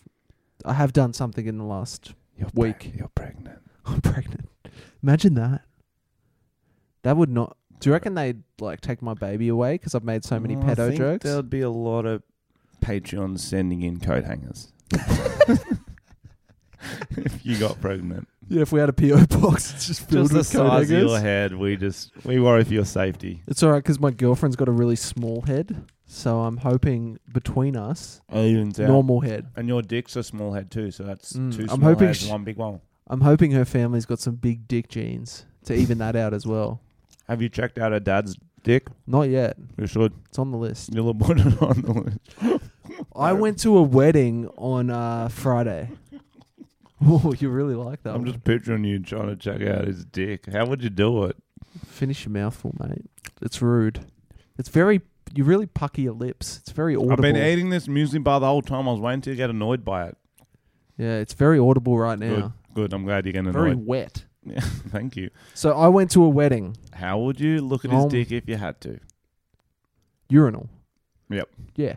C: I have done something in the last.
B: You're
C: Weak.
B: preg- you're pregnant.
C: <laughs> I'm pregnant. Imagine that. That would not. Do you reckon they'd like take my baby away because I've made so many
B: Oh, I
C: pedo
B: think
C: jokes?
B: There'd be a lot of Patreons sending in coat
C: <laughs>
B: hangers. <laughs> if you got pregnant,
C: Yeah, if we had a PO box, it's just filled
B: just the
C: with coat
B: size of your
C: hangers.
B: head, we just we worry for your safety.
C: It's all right because my girlfriend's got a really small head, so I'm hoping between us, normal head.
B: And your dick's a small head too, so that's
C: Mm,
B: two
C: I'm
B: small
C: hoping
B: heads,
C: sh-
B: one big one.
C: I'm hoping her family's got some big dick genes to even that out as well.
B: Have you checked out her dad's dick?
C: Not yet.
B: You should.
C: It's on
B: <laughs>
C: the list.
B: You'll put it on the list.
C: I went to a wedding on
B: <laughs>
C: uh, Friday. Oh, you really like that?
B: I'm
C: one.
B: just picturing you trying to check out his dick. How would you do it?
C: finish your mouthful, mate. It's rude. It's very. You really pucker your lips. It's very audible.
B: I've been eating this muesli bar the whole time. I was waiting to get annoyed by it.
C: yeah, it's very audible right
B: Good.
C: now.
B: Good. I'm glad you're getting
C: Very
B: annoyed. <laughs>
C: wet.
B: Yeah, thank you.
C: So I went to a wedding.
B: How would you look at his
C: Um,
B: dick if you had to?
C: urinal.
B: Yep.
C: Yeah.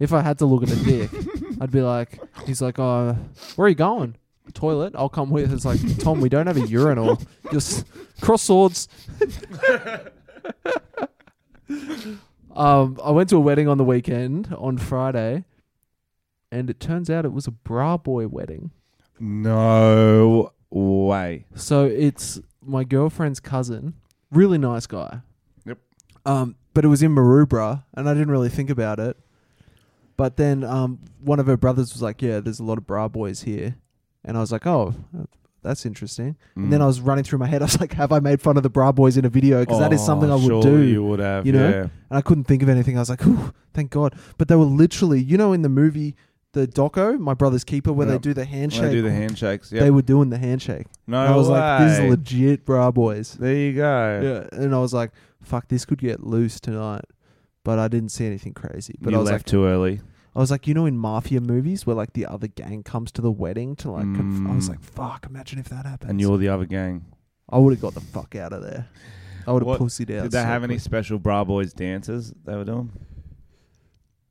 C: If I had to look at a dick, I'd be like, he's like, oh, where are you going? Toilet? I'll come with. It's like, Tom, we don't have a urinal. Just cross swords. um, I went to a wedding on the weekend on Friday, and it turns out it was a bra boy wedding.
B: No way.
C: So it's my girlfriend's cousin, really nice guy.
B: Yep.
C: Um, but it was in Maroubra, and I didn't really think about it. But then um, one of her brothers was like, "Yeah, there's a lot of bra boys here," and I was like, "Oh." That's interesting. And
B: Mm.
C: then I was running through my head. I was like, "Have I made fun of the bra boys in a video? Because that is something I would do."
B: Oh, You would have.
C: you know? And I couldn't think of anything. I was like, "Ooh, thank God!" But they were literally, you know, in the movie, the doco, My Brother's Keeper, where
B: Yep.
C: they do the
B: yeah.
C: handshake.
B: They do the handshakes. Yeah.
C: They were doing the handshake.
B: no
C: And I was
B: way.
C: like, this is legit, bra boys.
B: There you go.
C: Yeah. And I was like, fuck, this could get loose tonight. But I didn't see anything crazy. But
B: you
C: I was
B: left
C: like,
B: too early.
C: I was like, you know, in mafia movies where like the other gang comes to the wedding to like, conf- I was
B: Mm.
C: like, fuck, imagine if that happens.
B: and you're the other gang.
C: I would have got the fuck out of there. I would have
B: What-
C: pussied out.
B: Did they
C: so
B: have any
C: quick.
B: special Bra Boys dances they were doing?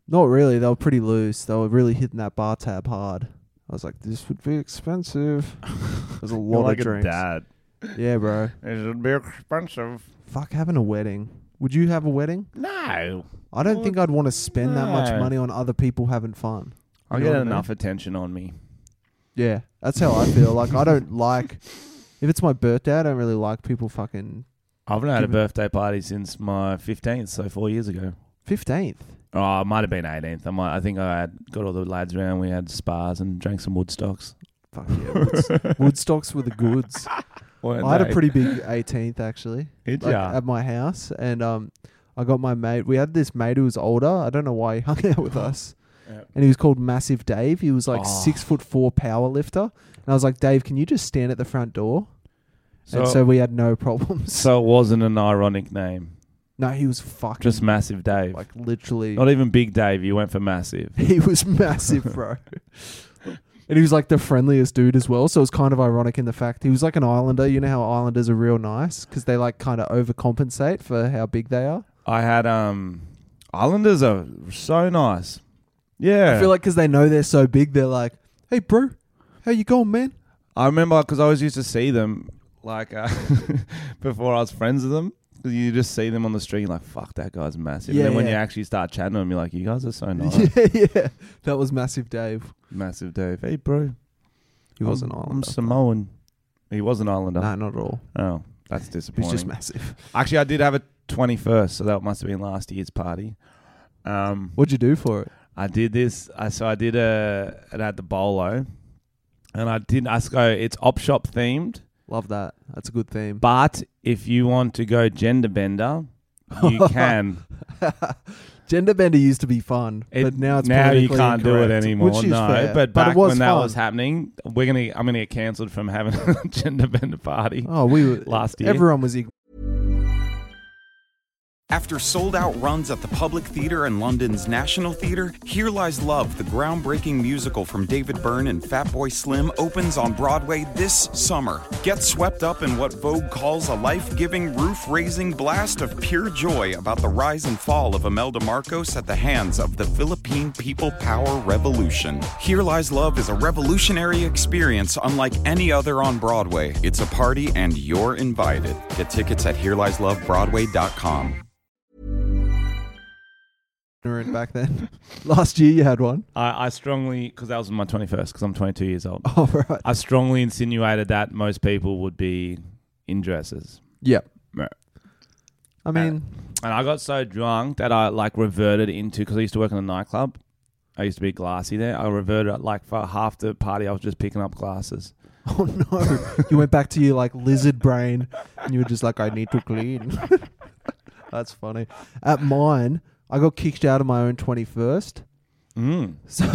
C: Not really. They were pretty loose. They were really hitting that bar tab hard. I was like, this would be
B: <laughs>
C: expensive. There's a lot
B: like
C: of drinks.
B: a dad.
C: Yeah, bro.
B: It would be expensive.
C: Fuck having a wedding. Would you have a wedding?
B: No.
C: I don't
B: Well,
C: think I'd want to spend that much
B: no.
C: money on other people having fun.
B: I
C: You know
B: get
C: what I mean?
B: enough attention on me.
C: Yeah, that's how I feel. Like I don't like if it's my birthday, I don't really like people fucking
B: I haven't had a
C: Given-
B: birthday party since my 15th, so four years ago.
C: fifteenth.
B: Oh, it might have been 18th. I might. I think I had got all the lads around. We had spars and drank some <laughs> Woodstocks.
C: Fuck yeah, Woods, Woodstocks were the goods.
B: <laughs> Weren't
C: I had a
B: they?
C: pretty big eighteenth actually,
B: Did
C: like,
B: ya?
C: at my house, and um, I got my mate. We had this mate who was older. I don't know why he <laughs> hung out with us.
B: Uh-huh. Yeah.
C: And he was called Massive Dave. He was like
B: Oh.
C: six foot four power lifter. And I was like, Dave, can you just stand at the front door?
B: So,
C: and so we had no <laughs> problems.
B: so it wasn't an ironic name.
C: no, he was fucking
B: Just Massive Dave.
C: like literally.
B: Not even Big Dave. You went for Massive.
C: <laughs> He was massive, bro. <laughs> and he was like the friendliest dude as well. So it was kind of ironic in the fact he was like an islander. You know how islanders are real nice because they like kind of overcompensate for how big they are.
B: I had um Islanders are so nice. Yeah.
C: I feel like because they know they're so big, they're like, "Hey, bro, how you going, man?"
B: I remember because I always used to see them like uh, <laughs> before I was friends with them. 'Cause You just see them on the street, you're like fuck that guy's massive.
C: Yeah,
B: and then when
C: yeah.
B: you actually start chatting to them, you're like, you guys are
C: <laughs>
B: so nice,
C: yeah, yeah. That was massive, Dave.
B: massive Dave. Hey, bro,
C: He was
B: I'm,
C: an
B: I'm
C: islander.
B: Samoan. He was an Islander.
C: Nah, not at all.
B: Oh, that's
C: He was
B: disappointing.
C: just massive.
B: actually, I did have a 21st, so that must have been last year's party. Um,
C: What'd you do for it?
B: I did this. I so I did a it had the bolo, and I did. I go. It's op shop themed,
C: Love that. That's a good theme.
B: but if you want to go gender bender,
C: <laughs>
B: you can.
C: Gender bender used to be fun,
B: It-
C: but now it's
B: now you
C: politically
B: can't do it
C: incorrect,
B: anymore.
C: Which is
B: no,
C: fair,
B: but
C: it
B: back
C: was
B: when that
C: fun.
B: was happening, we're gonna. I'm gonna get cancelled from having <laughs> a gender bender party.
C: Oh, we were
B: <laughs> Last year.
C: Everyone was ignorant.
A: After sold out runs at the Public Theatre and London's National Theatre, Here Lies Love, the groundbreaking musical from David Byrne and Fatboy Slim, opens on Broadway this summer. Get swept up in what Vogue calls a life giving, roof raising blast of pure joy about the rise and fall of Imelda Marcos at the hands of the Philippine People Power Revolution. Here Lies Love is a revolutionary experience unlike any other on Broadway. It's a party, and you're invited. Get tickets at HereLiesLoveBroadway.com.
C: back then. <laughs> Last year you had one. <laughs>
B: I, I strongly because that was my 21st because I'm 22 years old.
C: All right.
B: I strongly insinuated that most people would be in dresses.
C: Yep.
B: Right.
C: I mean,
B: And I got so drunk that I like reverted into because I used to work in a nightclub. I used to be glassy there. I reverted like for half the party. I was just picking up glasses.
C: oh no. you went back to your like lizard brain and you were just like, I need to
B: <laughs>
C: clean. <laughs> That's funny. At mine, I got kicked out of my own 21st.
B: Mm.
C: <laughs> So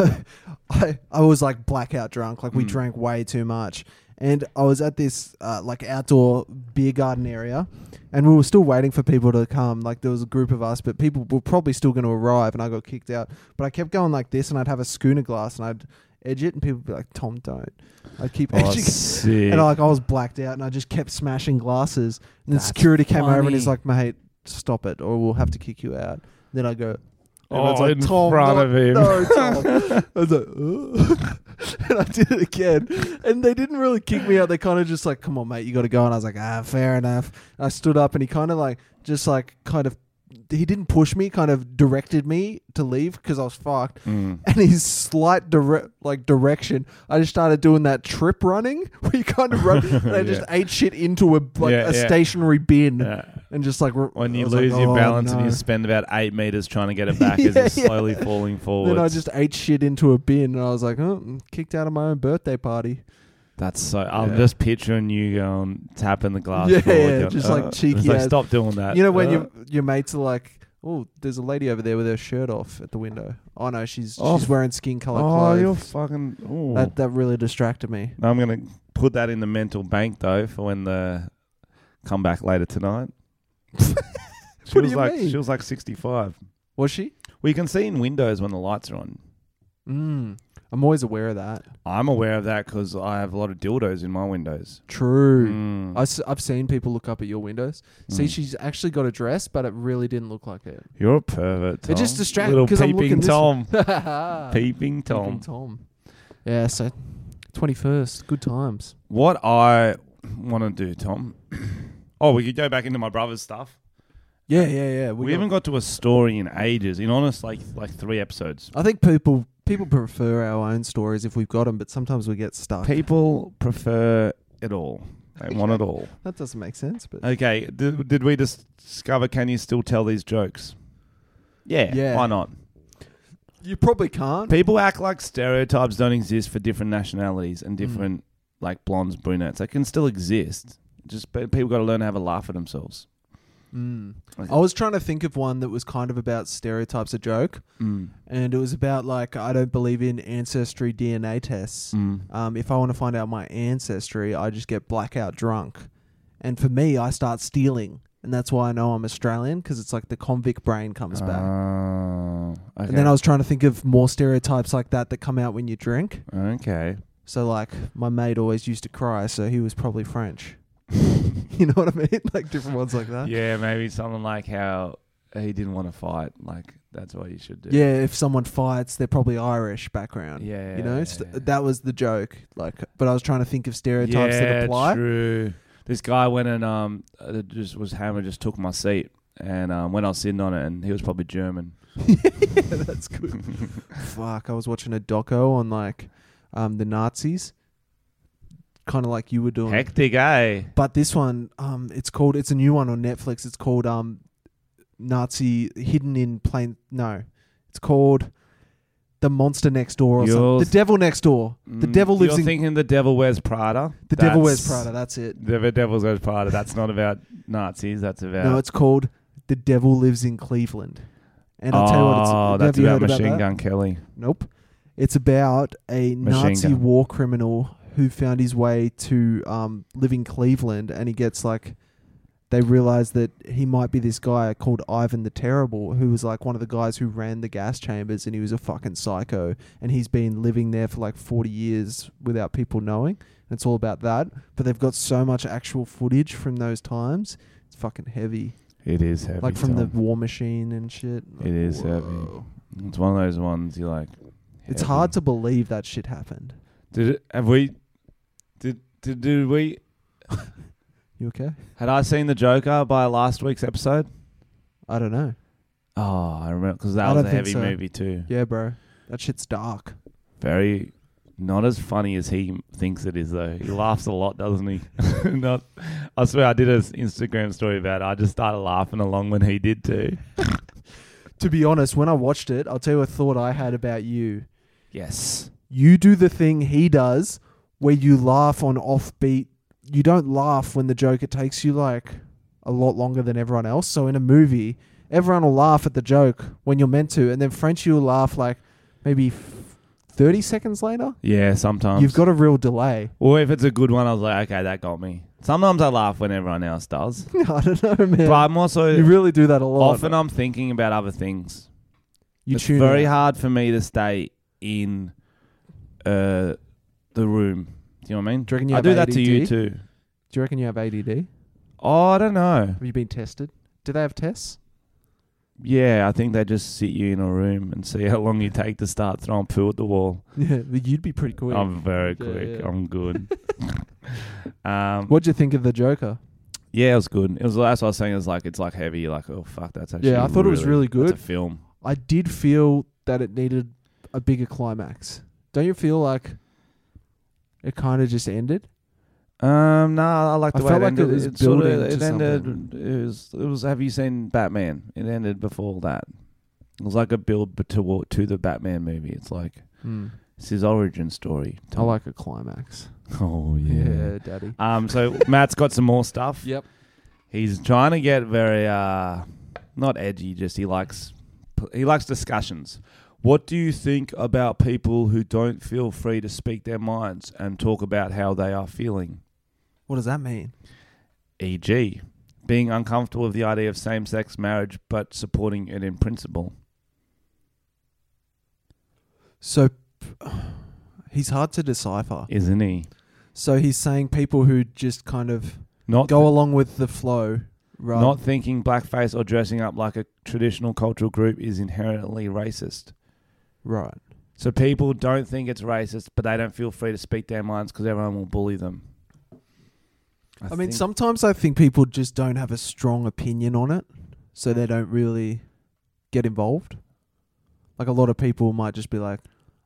C: I, I was like blackout drunk.
B: Mm.
C: Like we drank way too much. And I was at this uh, like outdoor beer garden area and we were still waiting for people to come. Like there was a group of us, but people were probably still going to arrive and I got kicked out. But I kept going like this and I'd have a schooner glass and I'd edge it and people would be like, Tom, don't. I'd keep
B: Oh,
C: edging it.
B: sick.
C: <laughs> And like I was blacked out, and I just kept smashing glasses. And then
B: That's
C: security came over and he's
B: funny.
C: like, "Mate, stop it, or we'll have to kick you out." Then I go,
B: Oh,
C: everyone's
B: in front
C: no,
B: of him." <laughs>
C: No, Tom. I was like, "Ugh." and I did it again, and they didn't really kick me out. They kind of just like, "Come on, mate, you got to go." And I was like, "Ah, fair enough." And I stood up, and he kind of like, just like, kind of. He didn't push me, kind of directed me to leave because I was fucked
B: Mm.
C: and his slight dire- like direction, I just started doing that trip running <laughs> where you kind of
B: <laughs>
C: run and I just ate shit into a like
B: Yeah,
C: a
B: yeah.
C: stationary bin
B: Yeah.
C: and just like r-
B: When
C: I
B: you
C: was like,
B: lose your
C: "Oh,
B: balance
C: no."
B: and you spend about eight meters trying to get
C: <laughs>
B: it back
C: Yeah,
B: as you're
C: yeah.
B: slowly falling forward.
C: <laughs> then I just ate shit into a bin and I was like, oh, I'm kicked out of my own birthday party.
B: That's so. I'm
C: Yeah.
B: just picturing you going tapping the glass.
C: Yeah,
B: forward,
C: yeah,
B: going,
C: just like
B: "Uh." It's
C: cheeky
B: like,
C: as-
B: stop doing that.
C: You know when
B: Uh.
C: your your mates are like, oh, there's a lady over there with her shirt off at the window. Oh no, she's
B: Oh,
C: she's wearing skin color
B: Oh, you're
C: clothes.
B: fucking. ooh.
C: that that really distracted me.
B: I'm gonna put that in the mental bank though for when the come back later tonight. she
C: <laughs> What do
B: was
C: you
B: like
C: mean?
B: she was like 65.
C: Was she?
B: Well, you can see in windows when the lights are on.
C: Mm. I'm always aware of that.
B: I'm aware of that because I have a lot of dildos in my windows.
C: True.
B: Mm.
C: I have seen people look up at your windows. See, she's actually got a dress, but it really didn't look like
B: <laughs>
C: it.
B: You're a pervert. Tom.
C: It just distract-
B: Little
C: 'cause I'm
B: peeping
C: looking this-
B: Tom. peeping
C: Peeping
B: Tom.
C: Tom. Yeah, so 21st. Good times.
B: What I want to do, Tom. <clears throat> oh, we could go back into my brother's stuff.
C: Yeah, yeah, yeah.
B: We, haven't got to a story in ages. In honest, like like three episodes.
C: I think people people prefer our own stories if we've got them, but sometimes we get stuck.
B: People prefer it all. They want it all.
C: that doesn't make sense, but
B: Okay, did, did we dis- discover can you still tell these jokes? Yeah,
C: Yeah.
B: why not?
C: you probably can't.
B: People act like stereotypes don't exist for different nationalities and different like blondes, brunettes. They can still exist. Just pe- people got to learn to have a laugh at themselves.
C: I was trying to think of one that was kind of about stereotypes, a joke, and it was about like I don't believe in ancestry DNA tests. Um, if I want to find out my ancestry, I just get blackout drunk, and for me, I start stealing, and that's why I know I'm Australian because it's like the convict brain comes back.
B: Oh, Ah, okay.
C: And then I was trying to think of more stereotypes like that that come out when you drink.
B: okay.
C: So like my mate always used to cry, so he was probably French. <laughs> you know what I mean? <laughs> Like different ones like that.
B: Yeah, maybe something like how he didn't want to fight. Like that's what you should do.
C: Yeah, if someone fights, they're probly Irish background.
B: Yeah,
C: you know
B: yeah,
C: St-
B: yeah.
C: that was the joke. Like, but I was trying to think of stereotypes that
B: Yeah,
C: apply.
B: True. This guy went and um uh, just was hammered, just took my seat, and um, when I was sitting on it, and he was probably
C: <laughs>
B: German.
C: <laughs> That's good. Fuck, I was watching a doco on like um, the Nazis, kind of like you were doing.
B: Hectic, eh?
C: But this one, um, it's called. It's a new one on Netflix. It's called um, Nazi hidden in plain. No, it's called the monster next door or
B: You're-
C: something. The devil next door. The
B: Mm,
C: devil lives
B: You're
C: in.
B: thinking the devil wears Prada.
C: the devil wears
B: That's-
C: Prada. That's it.
B: The devil wears Prada. That's not about Nazis. That's about.
C: No, it's called The Devil Lives in Cleveland. And I'll tell you what it's
B: Oh,
C: have
B: that's
C: you
B: about
C: heard
B: Machine
C: about that?
B: Gun Kelly.
C: Nope. It's about a Nazi
B: Gun.
C: war criminal who found his way to um, live in Cleveland and he gets like they realize that he might be this guy called Ivan the Terrible, who was like one of the guys who ran the gas chambers and he was a fucking psycho and he's been living there for like forty years without people knowing. And it's all about that. But they've got so much actual footage from those times. It's fucking heavy
B: It is heavy.
C: like from the
B: Tom.
C: War Machine and shit.
B: It is
C: Whoa.
B: heavy. It's one of those ones you like.
C: It's
B: heavy.
C: hard to believe that shit happened.
B: Did it, have we? Did did did we?
C: You okay?
B: Had I seen the Joker by last week's episode?
C: I don't know.
B: Oh, I remember because that
C: I
B: was
C: don't
B: a
C: think
B: heavy
C: so.
B: movie too.
C: Yeah, bro, that shit's dark.
B: Very not as funny as he thinks it is though. He laughs a lot, doesn't he? <laughs> not. I swear I did an Instagram story about it. I just started laughing along when he did too.
C: To be honest, when I watched it, I'll tell you a thought I had about you.
B: Yes.
C: You do the thing he does, where you laugh on offbeat. You don't laugh when the Joker takes you like a lot longer than everyone else. So in a movie, everyone will laugh at the joke when you're meant to, and then Frenchie will laugh like maybe f- thirty seconds later.
B: Yeah. Sometimes
C: You've got a real delay.
B: Or if it's a good one, I was like, okay, that got me. Sometimes I laugh when everyone else does,
C: <laughs> I don't know, man.
B: but I'm also
C: you really do that a lot.
B: often I'm thinking about other things.
C: you
B: it's
C: tune
B: very
C: out.
B: hard for me to stay in uh, the room. Do you know what I mean?
C: Do you reckon you
B: I
C: have
B: do that to you
C: ADD?
B: too.
C: Do you reckon you have ADD?
B: Oh, I don't know.
C: Have you been tested? Do they
B: <laughs>
C: have tests?
B: Yeah, I think they just sit you in a room and see how long you take to start throwing poo at the wall.
C: Yeah, you'd be pretty quick.
B: I'm very
C: Yeah,
B: quick.
C: yeah.
B: I'm good.
C: <laughs>
B: um,
C: What'd you think of the Joker?
B: Yeah, it was good. It was that's what I was saying. It was like it's like heavy. You're like oh fuck, that's actually
C: I thought it was really
B: that's
C: good.
B: a film.
C: I did feel that it needed a bigger climax. Don't you feel like it kind of just ended?
B: Um, no, I like
C: I
B: the way
C: felt
B: it
C: like
B: ended.
C: it was
B: sorta-
C: building
B: it
C: to
B: ended.
C: something.
B: It was. It was. Have you seen Batman? It ended before that. It was like a build b- to to the Batman movie. It's like it's his origin story.
C: I like a climax.
B: Oh
C: daddy.
B: Um. So Matt's got some more stuff.
C: Yep.
B: He's trying to get very uh, not edgy. Just he likes he likes discussions. What do you think about people who don't feel free to speak their minds and talk about how they are feeling?
C: What does that mean?
B: E.g., being uncomfortable with the idea of same sex marriage but supporting it in principle.
C: So <sighs> he's hard to decipher.
B: Isn't he?
C: So he's saying people who just kind of
B: Not,
C: go along with the flow, right?
B: not thinking blackface or dressing up like a traditional cultural group is inherently racist.
C: right.
B: So people don't think it's racist, but they don't feel free to speak their minds because everyone will bully them.
C: I mean,
B: think-
C: sometimes I think people just don't have a strong opinion on it, so they don't really get involved. Like a lot of people might just be like,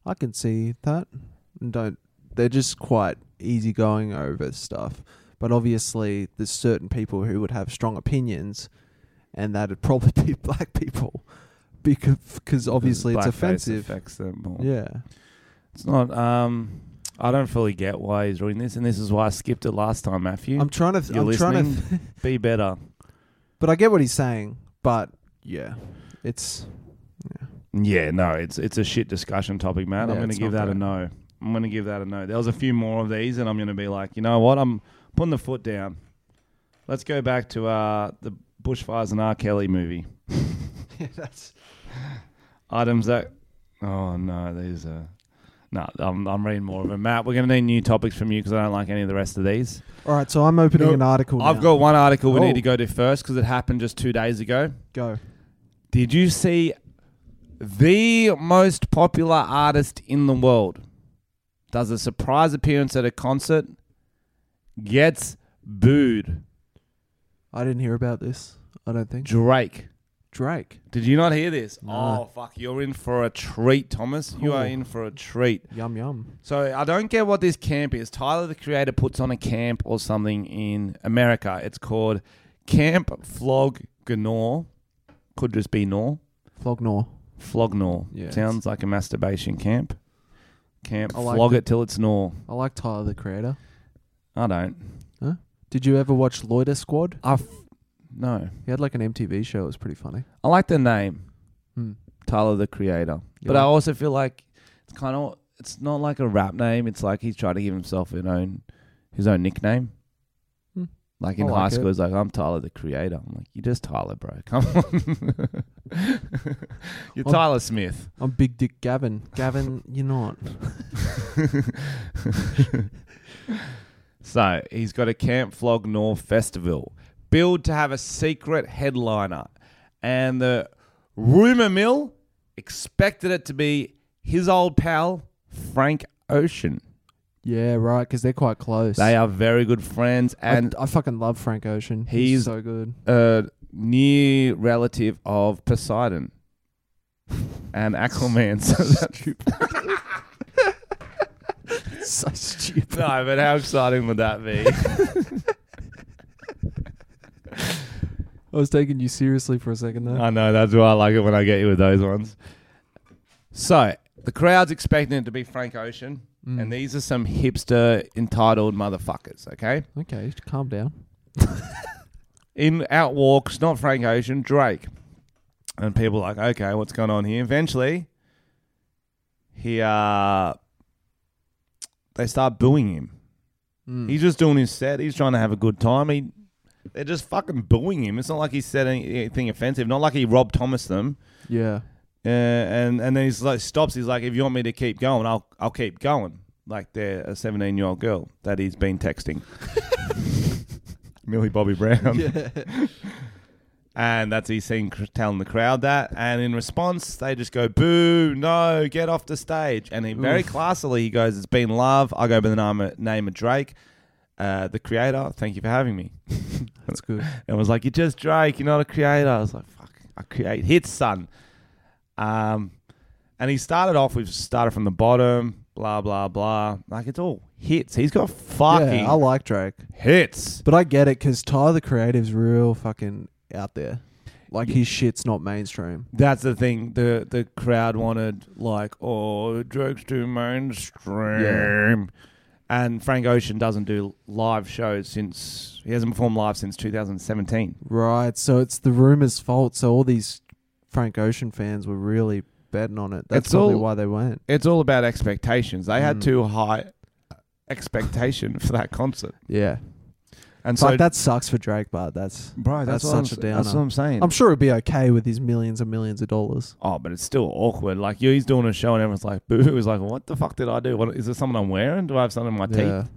C: "I can see that," and don't. They're just quite easygoing over stuff. But obviously, there's certain people who would have strong opinions, and that'd <laughs> probably be black people, <laughs> because cause obviously it's
B: blackface
C: offensive.
B: Affects them more.
C: Yeah,
B: It's not. Um, I don't fully get why he's reading this, and this is why I skipped it last time, Matthew.
C: I'm trying to.
B: You're
C: I'm trying to.
B: listening? Be better.
C: <laughs> But I get what he's saying. But yeah, it's
B: Yeah, no, it's it's a shit discussion topic, Matt. I'm
C: Yeah,
B: going to
C: it's
B: give
C: not
B: that a
C: great.
B: no. I'm going to give that a no. There was a few more of these, and I'm going to be like, you know what? I'm putting the foot down. Let's go back to uh, the bushfires and R. Kelly movie <laughs>
C: that's
B: items that. Oh no, these are. No, I'm, I'm reading more of them. Matt, we're going to need new topics from you because I don't like any of the rest of these.
C: all right. So I'm opening
B: No,
C: an article.
B: I've
C: now.
B: got one article we
C: Oh.
B: need to go to first because it happened just two days ago.
C: go.
B: Did you see the most popular artist in the world does a surprise appearance at a concert, gets booed?
C: I didn't hear about this. I don't think
B: Drake.
C: Drake.
B: Did you not hear this?
C: No.
B: Oh, fuck. You're in for a treat, Thomas. You are
C: Ooh.
B: in for a treat.
C: Yum yum.
B: So I don't get what this camp is. Tyler the Creator puts on a camp or something in America. It's called Camp Flog Gnor. Could just be Nor.
C: Flognor.
B: Flognor.
C: Yeah,
B: Sounds like a masturbation camp. Camp.
C: I like
B: flog
C: it.
B: it till it's gnaw.
C: I like Tyler the Creator.
B: I don't.
C: Did you ever watch Loiter Squad?
B: I f- no.
C: He had like an MTV show. It was pretty funny.
B: I like the name
C: Hmm.
B: Tyler the Creator,
C: You
B: but I
C: like-
B: also feel like it's kind of it's not like a rap name. It's like he's trying to give himself an own his own nickname.
C: Hmm.
B: Like
C: I
B: in high
C: like
B: school,
C: it.
B: it's like I'm Tyler the Creator. I'm like you're just Tyler, bro. Come on, <laughs> you're
C: I'm-
B: Tyler Smith.
C: I'm Big Dick Gavin. Gavin, you're not.
B: <laughs> so he's got a Camp Flog North Festival. Billed to have a secret headliner. And the rumour mill expected it to be his old pal, Frank Ocean.
C: <laughs> Yeah, right. Because they're quite close.
B: They are very good friends and
C: I, I fucking love Frank Ocean.
B: He's-
C: He's so good.
B: a near relative of Poseidon and Aquaman. <laughs> So that's
C: <laughs> so stupid.
B: No, but how exciting would that be?
C: I was taking you seriously for a second there.
B: I know. That's why I like it when I get you with those ones. So the crowd's expecting it to be Frank Ocean,
C: Mm.
B: and these are some hipster entitled motherfuckers. Okay,
C: okay, calm down.
B: in out walks not Frank Ocean, Drake, and people are like, okay, what's going on here? Eventually, he uh, they start booing him.
C: Mm.
B: He's just doing his set. He's trying to have a good time. He, they're just fucking booing him. It's not like he said any- anything offensive. Not like he robbed Thomas them.
C: yeah.
B: Uh, and and then he's like stops. He's like, if you want me to keep going, I'll I'll keep going. Like they're a seventeen year old girl that he's been
C: <laughs>
B: texting, Millie Bobby Brown,
C: yeah.
B: <laughs> and that's he's seen cr- telling the crowd that. And in response, they just go, "Boo! No, get off the stage!" And he very
C: Oof.
B: classily he goes, "It's been love. I go by the name of, name of Drake, uh, the creator. Thank you for having me."
C: That's good.
B: and was like, "You're just Drake. You're not a creator." I was like, "Fuck, I create hits, son." Um, and he started off. We've started from the bottom. Blah blah blah. Like it's all hits. He's got fucking
C: Yeah, I like Drake,
B: hits.
C: but I get it because Tyler the Creative's real fucking out there. Like his shit's not mainstream.
B: That's the thing. The the crowd wanted like, oh, Drake's too mainstream. And Frank Ocean doesn't do live shows since he hasn't performed live since 2017.
C: Right. So it's the rumors' fault. So all these Frank Ocean fans were really betting on it. That's
B: It's
C: probably
B: all-
C: why they went.
B: It's all about expectations. They had
C: Mm.
B: too high expectation <laughs> for that concert.
C: Yeah.
B: And
C: like that sucks for Drake, but that's.
B: bro,
C: that's such a
B: I'm, That's
C: downer.
B: what I'm saying.
C: I'm sure it'd be okay with his millions and millions of dollars.
B: oh, but it's still awkward. Like you- he's doing a show and everyone's like, "Boo!" <laughs> He's like, "What the fuck did I do? What is there something I'm wearing? Do I have something in my
C: Yeah.
B: teeth?"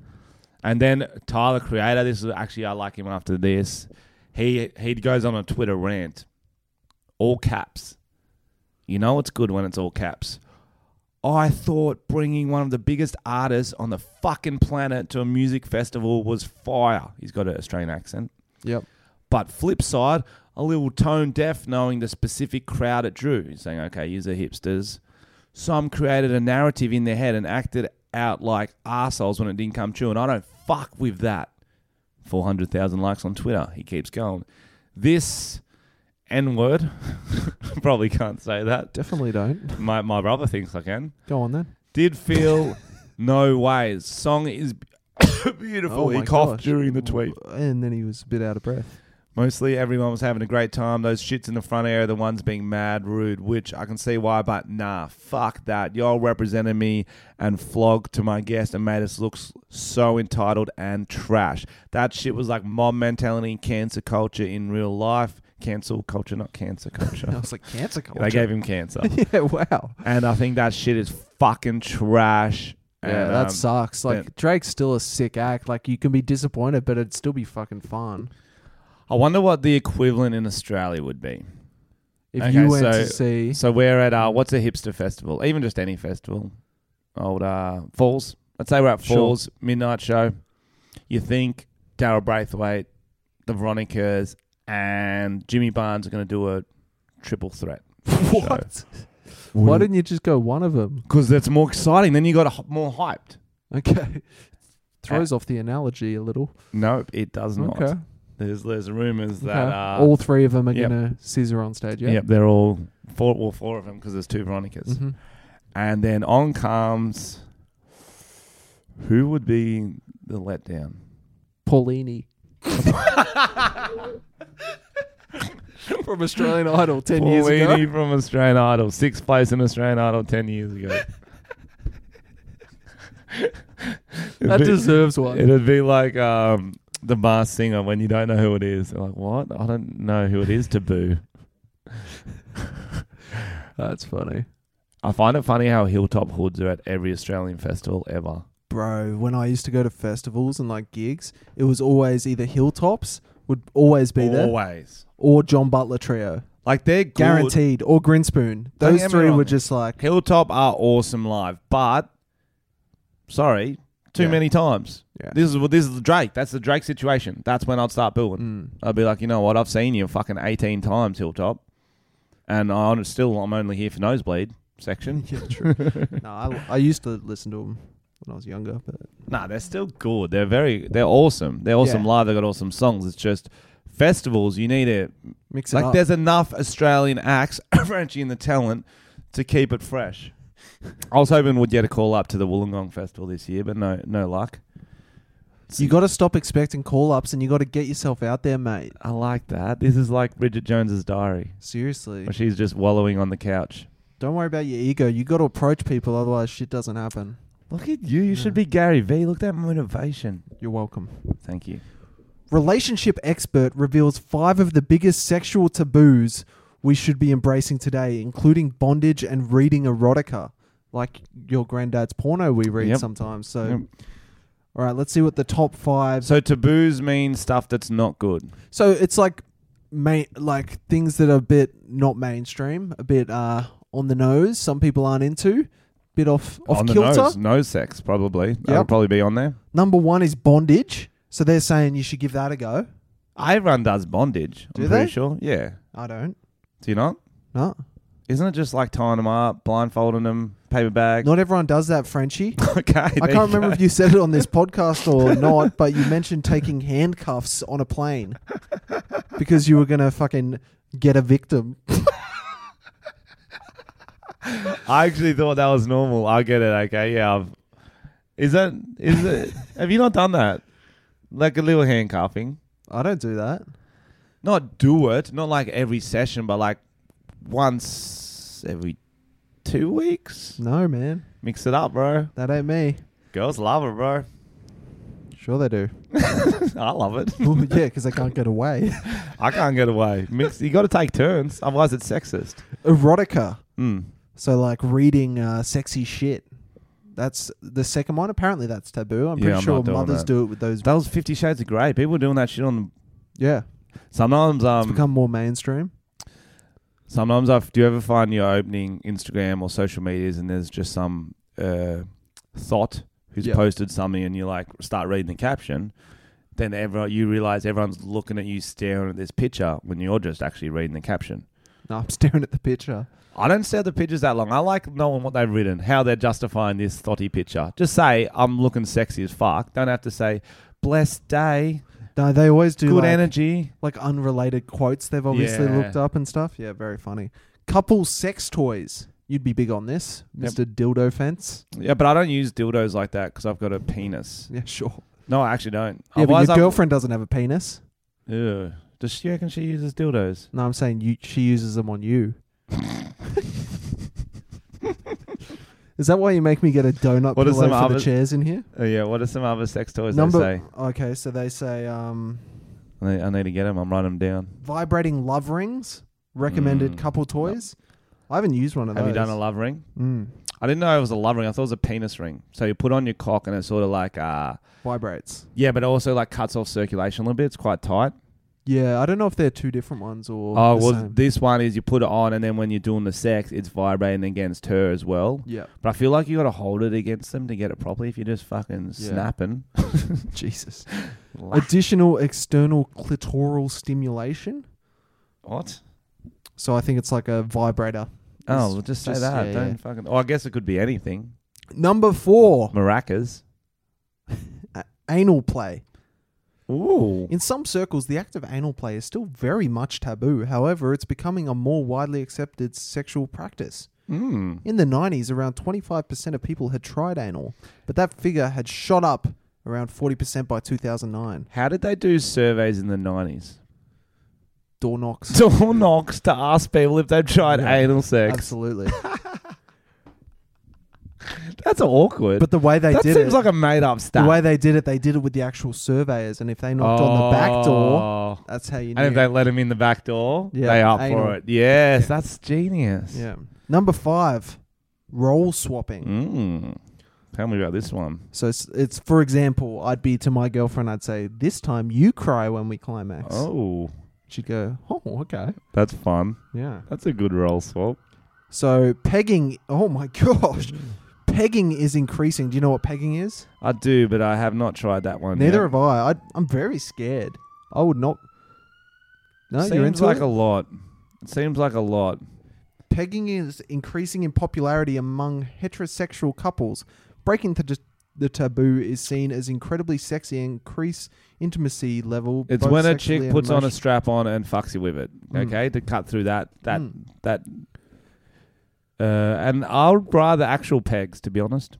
B: And then Tyler Creator, this is actually I like him after this. He he goes on a Twitter rant, all caps. You know it's good when it's all caps. I thought bringing one of the biggest artists on the fucking planet to a music festival was fire. He's got an Australian accent.
C: Yep.
B: But flip side, a little tone deaf knowing the specific crowd it drew. He's saying, okay, these are hipsters. Some created a narrative in their head and acted out like assholes when it didn't come true. And I don't fuck with that. 400,000 likes on Twitter. He keeps going. This N word, <laughs> probably can't say that.
C: Definitely don't.
B: My, my brother thinks I can.
C: Go on then.
B: Did feel no ways. Song is <coughs> beautiful.
C: Oh
B: he
C: my
B: coughed
C: gosh.
B: during the tweet.
C: And then he was a bit out of breath.
B: Mostly everyone was having a great time. Those shits in the front area, the ones being mad rude, which I can see why, but nah, fuck that. Y'all represented me and flogged to my guest and made us look s- so entitled and trash. That shit was like mob mentality and cancer culture in real life. Cancel culture, not cancer
C: I <laughs>
B: culture.
C: was like, cancer culture.
B: they <laughs> gave him cancer.
C: yeah, wow.
B: and I think that shit is fucking trash.
C: Yeah,
B: and,
C: that
B: um,
C: sucks. Like
B: yeah.
C: Drake's still a sick act. Like you can be disappointed, but it'd still be fucking fun.
B: um, I wonder what the equivalent in Australia would be.
C: If
B: Okay,
C: you went to
B: so- <laughs>
C: see
B: So we're at uh, what's a hipster festival? Even just any festival. Old uh, Falls. Let's say we're at
C: Sure.
B: Falls midnight show. You think Daryl Braithwaite, the Veronicas, and Jimmy Barnes are going to do a triple <laughs> threat?
C: <laughs> what? Why didn't you just go one of them?
B: Because that's more exciting. Then you got h- more hyped.
C: Okay, throws off the analogy a little.
B: Nope, it does not.
C: Okay,
B: There's there's rumors that
C: okay.
B: uh,
C: all three of them are
B: yep.
C: gonna scissor on stage. Yeah.
B: Yep, they're all four. Well, four of them because there's two Veronicas.
C: Mhm.
B: And then on comes who would be the letdown? <laughs>
C: Paulini <laughs> from Australian Idol ten years ago.
B: Paulini from Australian Idol, sixth place in Australian Idol ten years
C: <laughs>
B: ago.
C: That deserves
B: <laughs>
C: one.
B: It'd be like um, the Masked Singer when you don't know who it is. They're like, what? I don't know who it is. Taboo.
C: That's <laughs> funny.
B: I find it funny how hilltop hoods are at every Australian festival ever.
C: bro, when I used to go to festivals and like gigs, it was always either Hilltops would always be there
B: Always.
C: or John Butler Trio,
B: Like they're good.
C: guaranteed, or Grinspoon.
B: Don't
C: Those
B: get me
C: three were
B: wrong.
C: just like <laughs>
B: Hilltop are awesome live, but sorry, too
C: Yeah.
B: many times.
C: Yeah.
B: This is what this is the Drake. That's the Drake situation. That's when I'd start booing.
C: Mm.
B: I'd be like, you know what? I've seen you fucking eighteen times, Hilltop, and I'm still I'm only here for nosebleed
C: <laughs>
B: section.
C: yeah, true. no, I, I used to listen to them when I was younger, but
B: Nah, they're still good. They're very they're awesome. They're awesome
C: Yeah.
B: live. They got awesome songs. It's just festivals. You need it.
C: mix it
B: Like
C: up.
B: there's enough Australian acts, <coughs> Frenchie and the talent, to keep it <laughs> fresh. I was hoping we'd get a call up to the Wollongong Festival this year, but no, no luck.
C: you got to stop expecting call ups and you got to get yourself out there, mate.
B: I like that. This is like Bridget Jones's Diary,
C: Seriously,
B: where she's just wallowing on the couch.
C: don't worry about your ego. You got to approach people, otherwise shit doesn't happen.
B: Look at you. You should be Gary Vee. Look at that motivation.
C: You're welcome.
B: Thank you.
C: Relationship expert reveals five of the biggest sexual taboos we should be embracing today, including bondage and reading erotica, like your granddad's porno we read
B: Yep.
C: sometimes. So,
B: Yep.
C: all right, let's see what the top five. So,
B: So taboos mean stuff that's not good.
C: it's like, main, like things that are a bit not mainstream, a bit uh, on the nose. Some people aren't into, bit off off
B: on the
C: kilter.
B: nose, nose sex probably. That
C: Yep.
B: would probably be on there.
C: Number one is bondage. So they're saying you should give that a go.
B: Everyone does bondage.
C: Do
B: I'm pretty
C: they?
B: sure. Yeah.
C: I don't.
B: Do you not?
C: No,
B: Isn't it just like tying them up, blindfolding them, paper bag?
C: not everyone does that, Frenchie.
B: <laughs> okay.
C: I can't remember if you said it
B: <laughs>
C: on this podcast or not, but you mentioned taking handcuffs on a plane because you were going to fucking get a victim.
B: I actually thought that was normal. I get it. Okay. Yeah. I've, is that is <laughs> it? have you not done that? Like a little handcuffing.
C: I don't do that.
B: Not do it. Not like every session, but like once every two weeks.
C: No, man.
B: Mix it up, bro.
C: That ain't me.
B: Girls love it, bro. <laughs>
C: Sure they do. <laughs>
B: I love it.
C: Well, yeah, because they can't get away. <laughs>
B: I can't get away. Mix. You got to take turns. Otherwise, it's sexist.
C: Erotica.
B: Mm.
C: So, like, reading uh, sexy shit. That's the second one. Apparently, that's taboo. I'm pretty
B: Yeah, I'm
C: sure
B: not doing
C: mothers
B: that.
C: do it with those.
B: That was Fifty Shades of Grey. People were doing that shit on.
C: yeah.
B: Sometimes um,
C: It's become more mainstream.
B: Sometimes I do you ever find your opening Instagram or social medias and there's just some uh, thought who's
C: Yep.
B: posted something and you like start reading the caption, then everyone you realize everyone's looking at you staring at this picture when you're just actually reading the caption.
C: No, I'm <laughs> staring at the picture.
B: I don't stare at the pictures that long. I like knowing what they've written, how they're justifying this thotty picture. Just say I'm looking sexy as fuck. Don't have to say blessed day,
C: No, they always do.
B: good
C: like,
B: energy.
C: like unrelated quotes they've obviously
B: Yeah.
C: looked up and stuff. Yeah, very funny. Couple sex toys. You'd be big on this,
B: Yep.
C: Mister Dildo Fence.
B: Yeah, but I don't use dildos like that because I've got a penis.
C: Yeah, sure.
B: No, I actually don't.
C: Yeah, but
B: Otherwise,
C: your
B: I-
C: girlfriend doesn't have a penis.
B: Ew. Does she reckon she uses dildos?
C: No, I'm saying you, she uses them
B: <laughs>
C: on you. Is that why you make me get a donut
B: What are
C: pillow
B: some
C: for
B: other-
C: the chairs in here?
B: Oh yeah. What are some other sex toys they say?
C: Okay, so they say um,
B: I need, I need to get them. I'm writing them down.
C: vibrating love rings, recommended
B: Mm.
C: couple toys. I haven't used one of
B: Have
C: those.
B: you done a love ring?
C: Mm,
B: I didn't know it was a love ring. I thought it was a penis ring. So you put on your cock and it sort of like uh
C: vibrates.
B: yeah, but it also like cuts off circulation a little bit. It's quite tight.
C: Yeah, I don't know if they're two different ones or.
B: Oh
C: the
B: well,
C: same.
B: this one is you put it on and then when you're doing the sex, it's vibrating against her as well. <laughs>
C: yeah.
B: But I feel like you got to hold it against them to get it properly. If you're just fucking snapping,
C: Jesus. Additional external clitoral stimulation.
B: what?
C: So I think it's like a vibrator.
B: Oh,
C: It's
B: well, just say
C: just-
B: that.
C: yeah,
B: Don't
C: yeah.
B: fucking. Oh, I guess it could be anything.
C: Number four,
B: Maracas.
C: anal play.
B: Ooh.
C: In some circles, the act of anal play is still very much taboo. However, it's becoming a more widely accepted sexual practice.
B: Mm.
C: In the 90s, around 25% of people had tried anal, but that figure had shot up around 40% by 2009.
B: How did they do surveys in the nineties? <laughs>
C: Door knocks.
B: Door knocks to ask people if they've tried anal sex.
C: Absolutely.
B: That's awkward.
C: But the way they
B: that
C: did
B: seems
C: it,
B: like a made up
C: the
B: stat.
C: way they did it, they did it with the actual surveyors, and if they knocked on the back door,
B: Oh.
C: that's how you knew.
B: And if they let him in the back door,
C: Yeah,
B: they up
C: anal.
B: for it. Yes, that's genius.
C: yeah. Number five, role swapping.
B: Mm. Tell me about this one.
C: So it's, it's, for example, I'd be to my girlfriend, I'd say, "This time you cry when we climax."
B: Oh,
C: She'd go, "Oh, okay,
B: that's fun.
C: yeah."
B: That's a good roll swap.
C: So pegging, oh my <laughs> gosh, pegging is increasing. Do you know what pegging is?
B: I do, but I have not tried that one.
C: Neither
B: yet.
C: have I. I. I'm very scared. I would not. No,
B: seems
C: you're into
B: like
C: it?
B: a lot. It seems like a lot.
C: pegging is increasing in popularity among heterosexual couples. Breaking the, the taboo is seen as incredibly sexy and increase intimacy level.
B: It's
C: both
B: when a
C: sexually
B: chick
C: and
B: puts on a
C: emotionally.
B: strap on and fucks you with it.
C: Mm.
B: Okay, to cut through that that
C: Mm.
B: that. Uh, and I'll rather actual pegs, to be honest.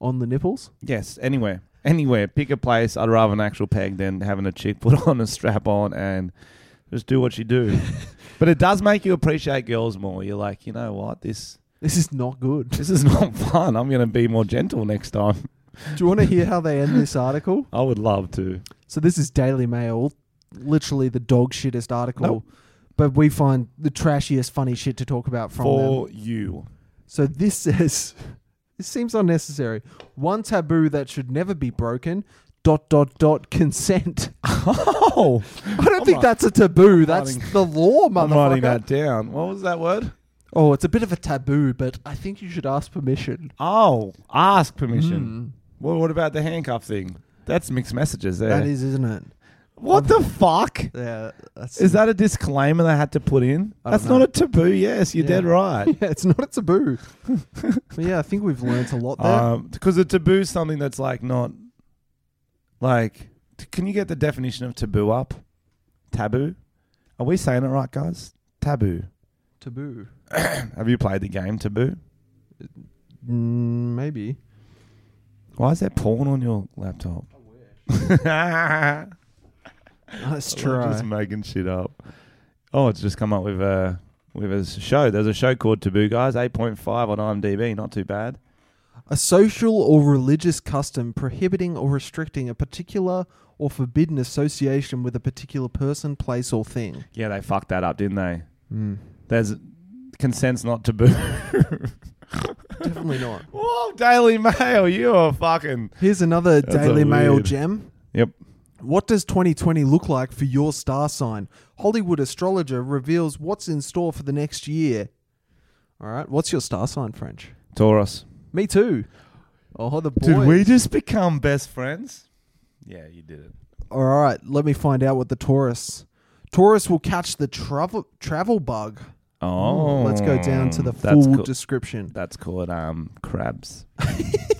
C: on the nipples.
B: Yes, anywhere, anywhere. Pick a place. I'd rather an actual peg than having a chick <laughs> put on a strap on and just do what she
C: <laughs>
B: do. but it does make you appreciate girls more. You're like, you know what, this
C: This is not good. <laughs>
B: this is <laughs> not fun. I'm gonna be more gentle next time.
C: Do you want to hear how they end this article?
B: I would love to.
C: So this is Daily Mail, literally the dog shittest article.
B: Nope.
C: But we find the trashiest funny shit to talk about from them.
B: For
C: <laughs>
B: you.
C: So this says <laughs> this seems unnecessary. One taboo that should never be broken. Dot dot dot consent.
B: Oh,
C: I don't think that's a taboo. That's
B: writing-
C: the law,
B: I'm writing
C: motherfucker.
B: that down. What was that word?
C: Oh, it's a bit of a taboo, but I think you should ask permission.
B: Oh, ask
C: Hmm.
B: permission. Well, what about the handcuff thing? That's mixed messages there.
C: That is, isn't it?
B: what the fuck?
C: Yeah, that's
B: Is that a disclaimer they had to put in?
C: I don't
B: That's
C: know.
B: not a taboo. Yes, you're
C: Yeah.
B: dead
C: <laughs>
B: right.
C: <laughs> yeah, it's not a taboo. but yeah, I think we've learnt a lot there.
B: Um, Because a taboo is something that's like not like. t- Can you get the definition of taboo up? Taboo. Are we saying it right, guys? Taboo.
C: taboo.
B: Have you played the game Taboo? <laughs>
C: Mm, maybe.
B: Why is there porn on your laptop? <laughs>
C: That's
B: I'm just making shit up. Oh, it's just come up with a with a show. There's a show called Taboo, guys. Eight point five on IMDb. Not too bad.
C: A social or religious custom prohibiting or restricting a particular or forbidden association with a particular person, place, or thing.
B: Yeah, they fucked that up, didn't they? There's consent's not taboo.
C: Definitely not.
B: <laughs> Whoa, Daily Mail, you are fucking.
C: Here's another
B: That's a
C: Daily Mail
B: weird-
C: gem.
B: Yep.
C: What does 2020 look like for your star sign? Hollywood astrologer reveals what's in store for the next year. All right, what's your star sign, French?
B: Taurus.
C: Me too. Oh, the boy.
B: Did we just become best friends? Yeah, you did it.
C: All right, let me find out what the Taurus. Taurus will catch the travel travel bug.
B: Oh,
C: Let's go down to the
B: that's
C: full
B: ca-
C: description.
B: that's called um <laughs> crabs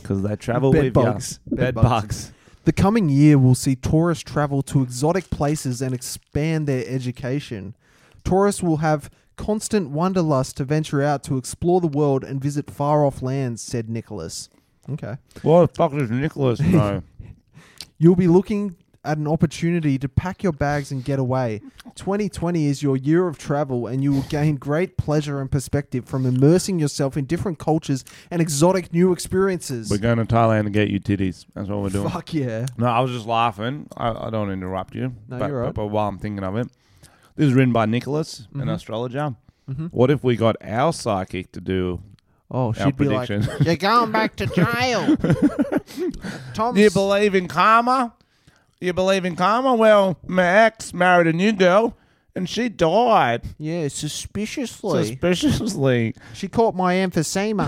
B: because they travel
C: Bed
B: with
C: bugs.
B: ya. Bed
C: Bed bugs.
B: bugs.
C: The coming year will see Taurus travel to exotic places and expand their education. Taurus will have constant wanderlust to venture out to explore the world and visit far off lands, said Nicholas. Okay.
B: <laughs> What the fuck does Nicholas know?
C: You'll be looking at an opportunity to pack your bags and get away. 2020 is your year of travel, and you will gain great pleasure and perspective from immersing yourself in different cultures and exotic new experiences.
B: We're going to Thailand to get you titties. That's what we're doing.
C: Fuck yeah.
B: No, I was just laughing. I, I don't interrupt you. but,
C: No, you're
B: but-
C: right. Mm-hmm.
B: but, while I'm thinking of it, this is written by Nicholas, an astrologer. What if we got our psychic to do
C: Oh,
B: our
C: she'd be like,
B: prediction? <laughs>
C: You're going back to jail. Tom's
B: Do you believe in karma? Do you believe in karma? Well, my ex married a new girl and she died
C: Yeah, suspiciously.
B: suspiciously.
C: she caught
B: <laughs>
C: my emphysema.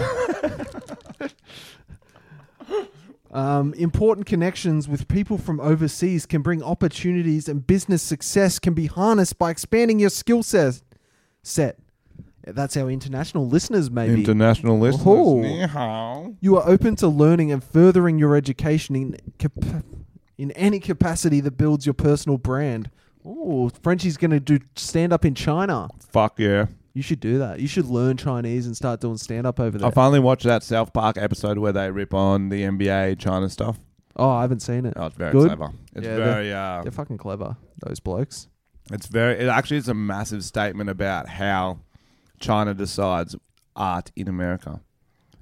C: um, important connections with people from overseas can bring opportunities, and business success can be harnessed by expanding your skill set. Set. That's our international listeners, maybe.
B: International listeners.
C: Oh.
B: Ni hao.
C: You are open to learning and furthering your education in cap- in any capacity that builds your personal brand. Oh, Frenchie's going to do stand up in China.
B: Fuck yeah.
C: You should do that. You should learn Chinese and start doing stand up over there.
B: I finally watched that South Park episode where they rip on the NBA China stuff.
C: oh, I haven't seen it.
B: Oh, it's very
C: Good?
B: clever. It's
C: Yeah,
B: very uh,
C: They're fucking clever, those blokes.
B: It's very. It actually is a massive statement about how China decides art in America.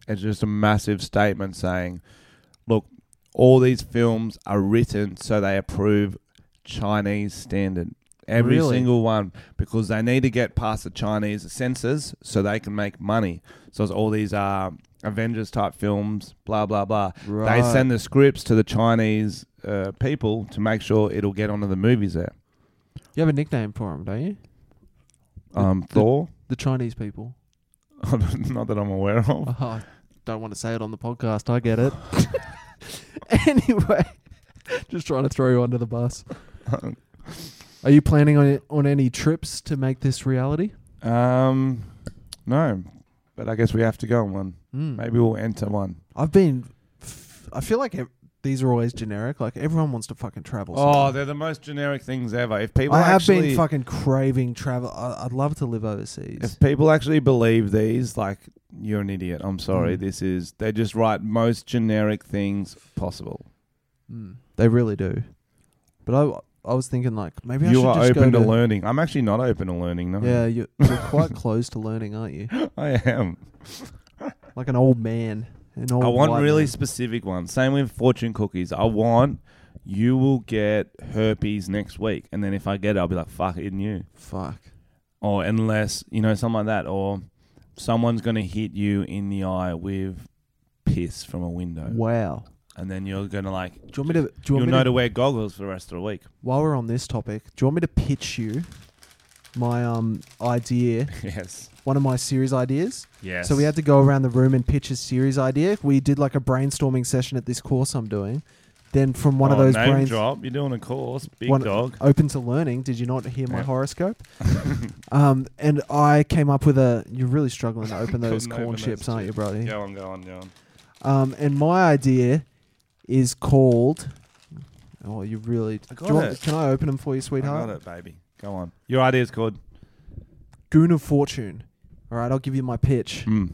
B: It's just a massive statement saying, "Look, all these films are written so they approve Chinese standard." Every
C: Really?
B: single one, because they need to get past the Chinese censors so they can make money. So it's all these uh, Avengers type films, blah blah blah.
C: Right.
B: They send the scripts to the Chinese uh, people to make sure it'll get onto the movies there.
C: You have a nickname for them, don't you?
B: Um, <laughs> Thor.
C: The Chinese people.
B: Not that I'm aware of.
C: Oh, I don't want to say it on the podcast. I get it. <laughs> anyway, just trying to throw you under the bus.
B: <laughs>
C: Are you planning on on any trips to make this reality? Ah.
B: Um, no, but I guess we have to go on one.
C: Mm.
B: Maybe we'll enter one.
C: I've been. f- I feel like ev- these are always generic. Like everyone wants to fucking travel.
B: Oh,
C: sometime.
B: they're the most generic things ever. If people
C: I have
B: actually,
C: been fucking craving travel. I, I'd love to live overseas.
B: if people actually believe these, like you're an idiot. I'm sorry.
C: Mm.
B: This is they just write most generic things possible.
C: Mm, they really do. But I, I was thinking like maybe I
B: you
C: should
B: are
C: just
B: open
C: go
B: to, learning. I'm actually not open to learning. No,
C: Yeah, you're, you're quite <laughs> close to learning, aren't you?
B: <laughs> I am.
C: Like an old man. An old
B: I want
C: white
B: really
C: man.
B: specific ones. Same with fortune cookies. I want you will get herpes next week, and then if I get it, I'll be like, "Fuck, it knew."
C: Fuck.
B: Or unless you know something like that, or someone's gonna hit you in the eye with piss from a window,
C: Wow.
B: and then you're gonna like
C: Do you want me to? Do you
B: you'll
C: want me
B: know
C: to,
B: to wear goggles for the rest of the
C: <laughs>
B: week.
C: While we're on this topic, do you want me to pitch you my um idea?
B: yes,
C: One of my series ideas.
B: yes.
C: So we had to go around the room and pitch a series idea. We did like a brainstorming session at this course I'm doing. Then from one of
B: Oh,
C: those
B: name
C: brains
B: drop. You're doing a course, big
C: one-
B: dog.
C: open to learning. Did you not hear my
B: Yeah.
C: <laughs> horoscope? um, and I came up with a. You're really struggling <laughs> to open those
B: Couldn't
C: corn
B: open
C: chips,
B: those
C: aren't you, Brody?
B: Go on, go on, go on.
C: Um, and my idea is called. Oh, you really.
B: I
C: do
B: got
C: you want-
B: it.
C: can I open them for
B: I
C: you, sweetheart?
B: got it, baby. Go on. Your idea's called.
C: Goon of Fortune. All right, I'll give you my pitch.
B: Hmm.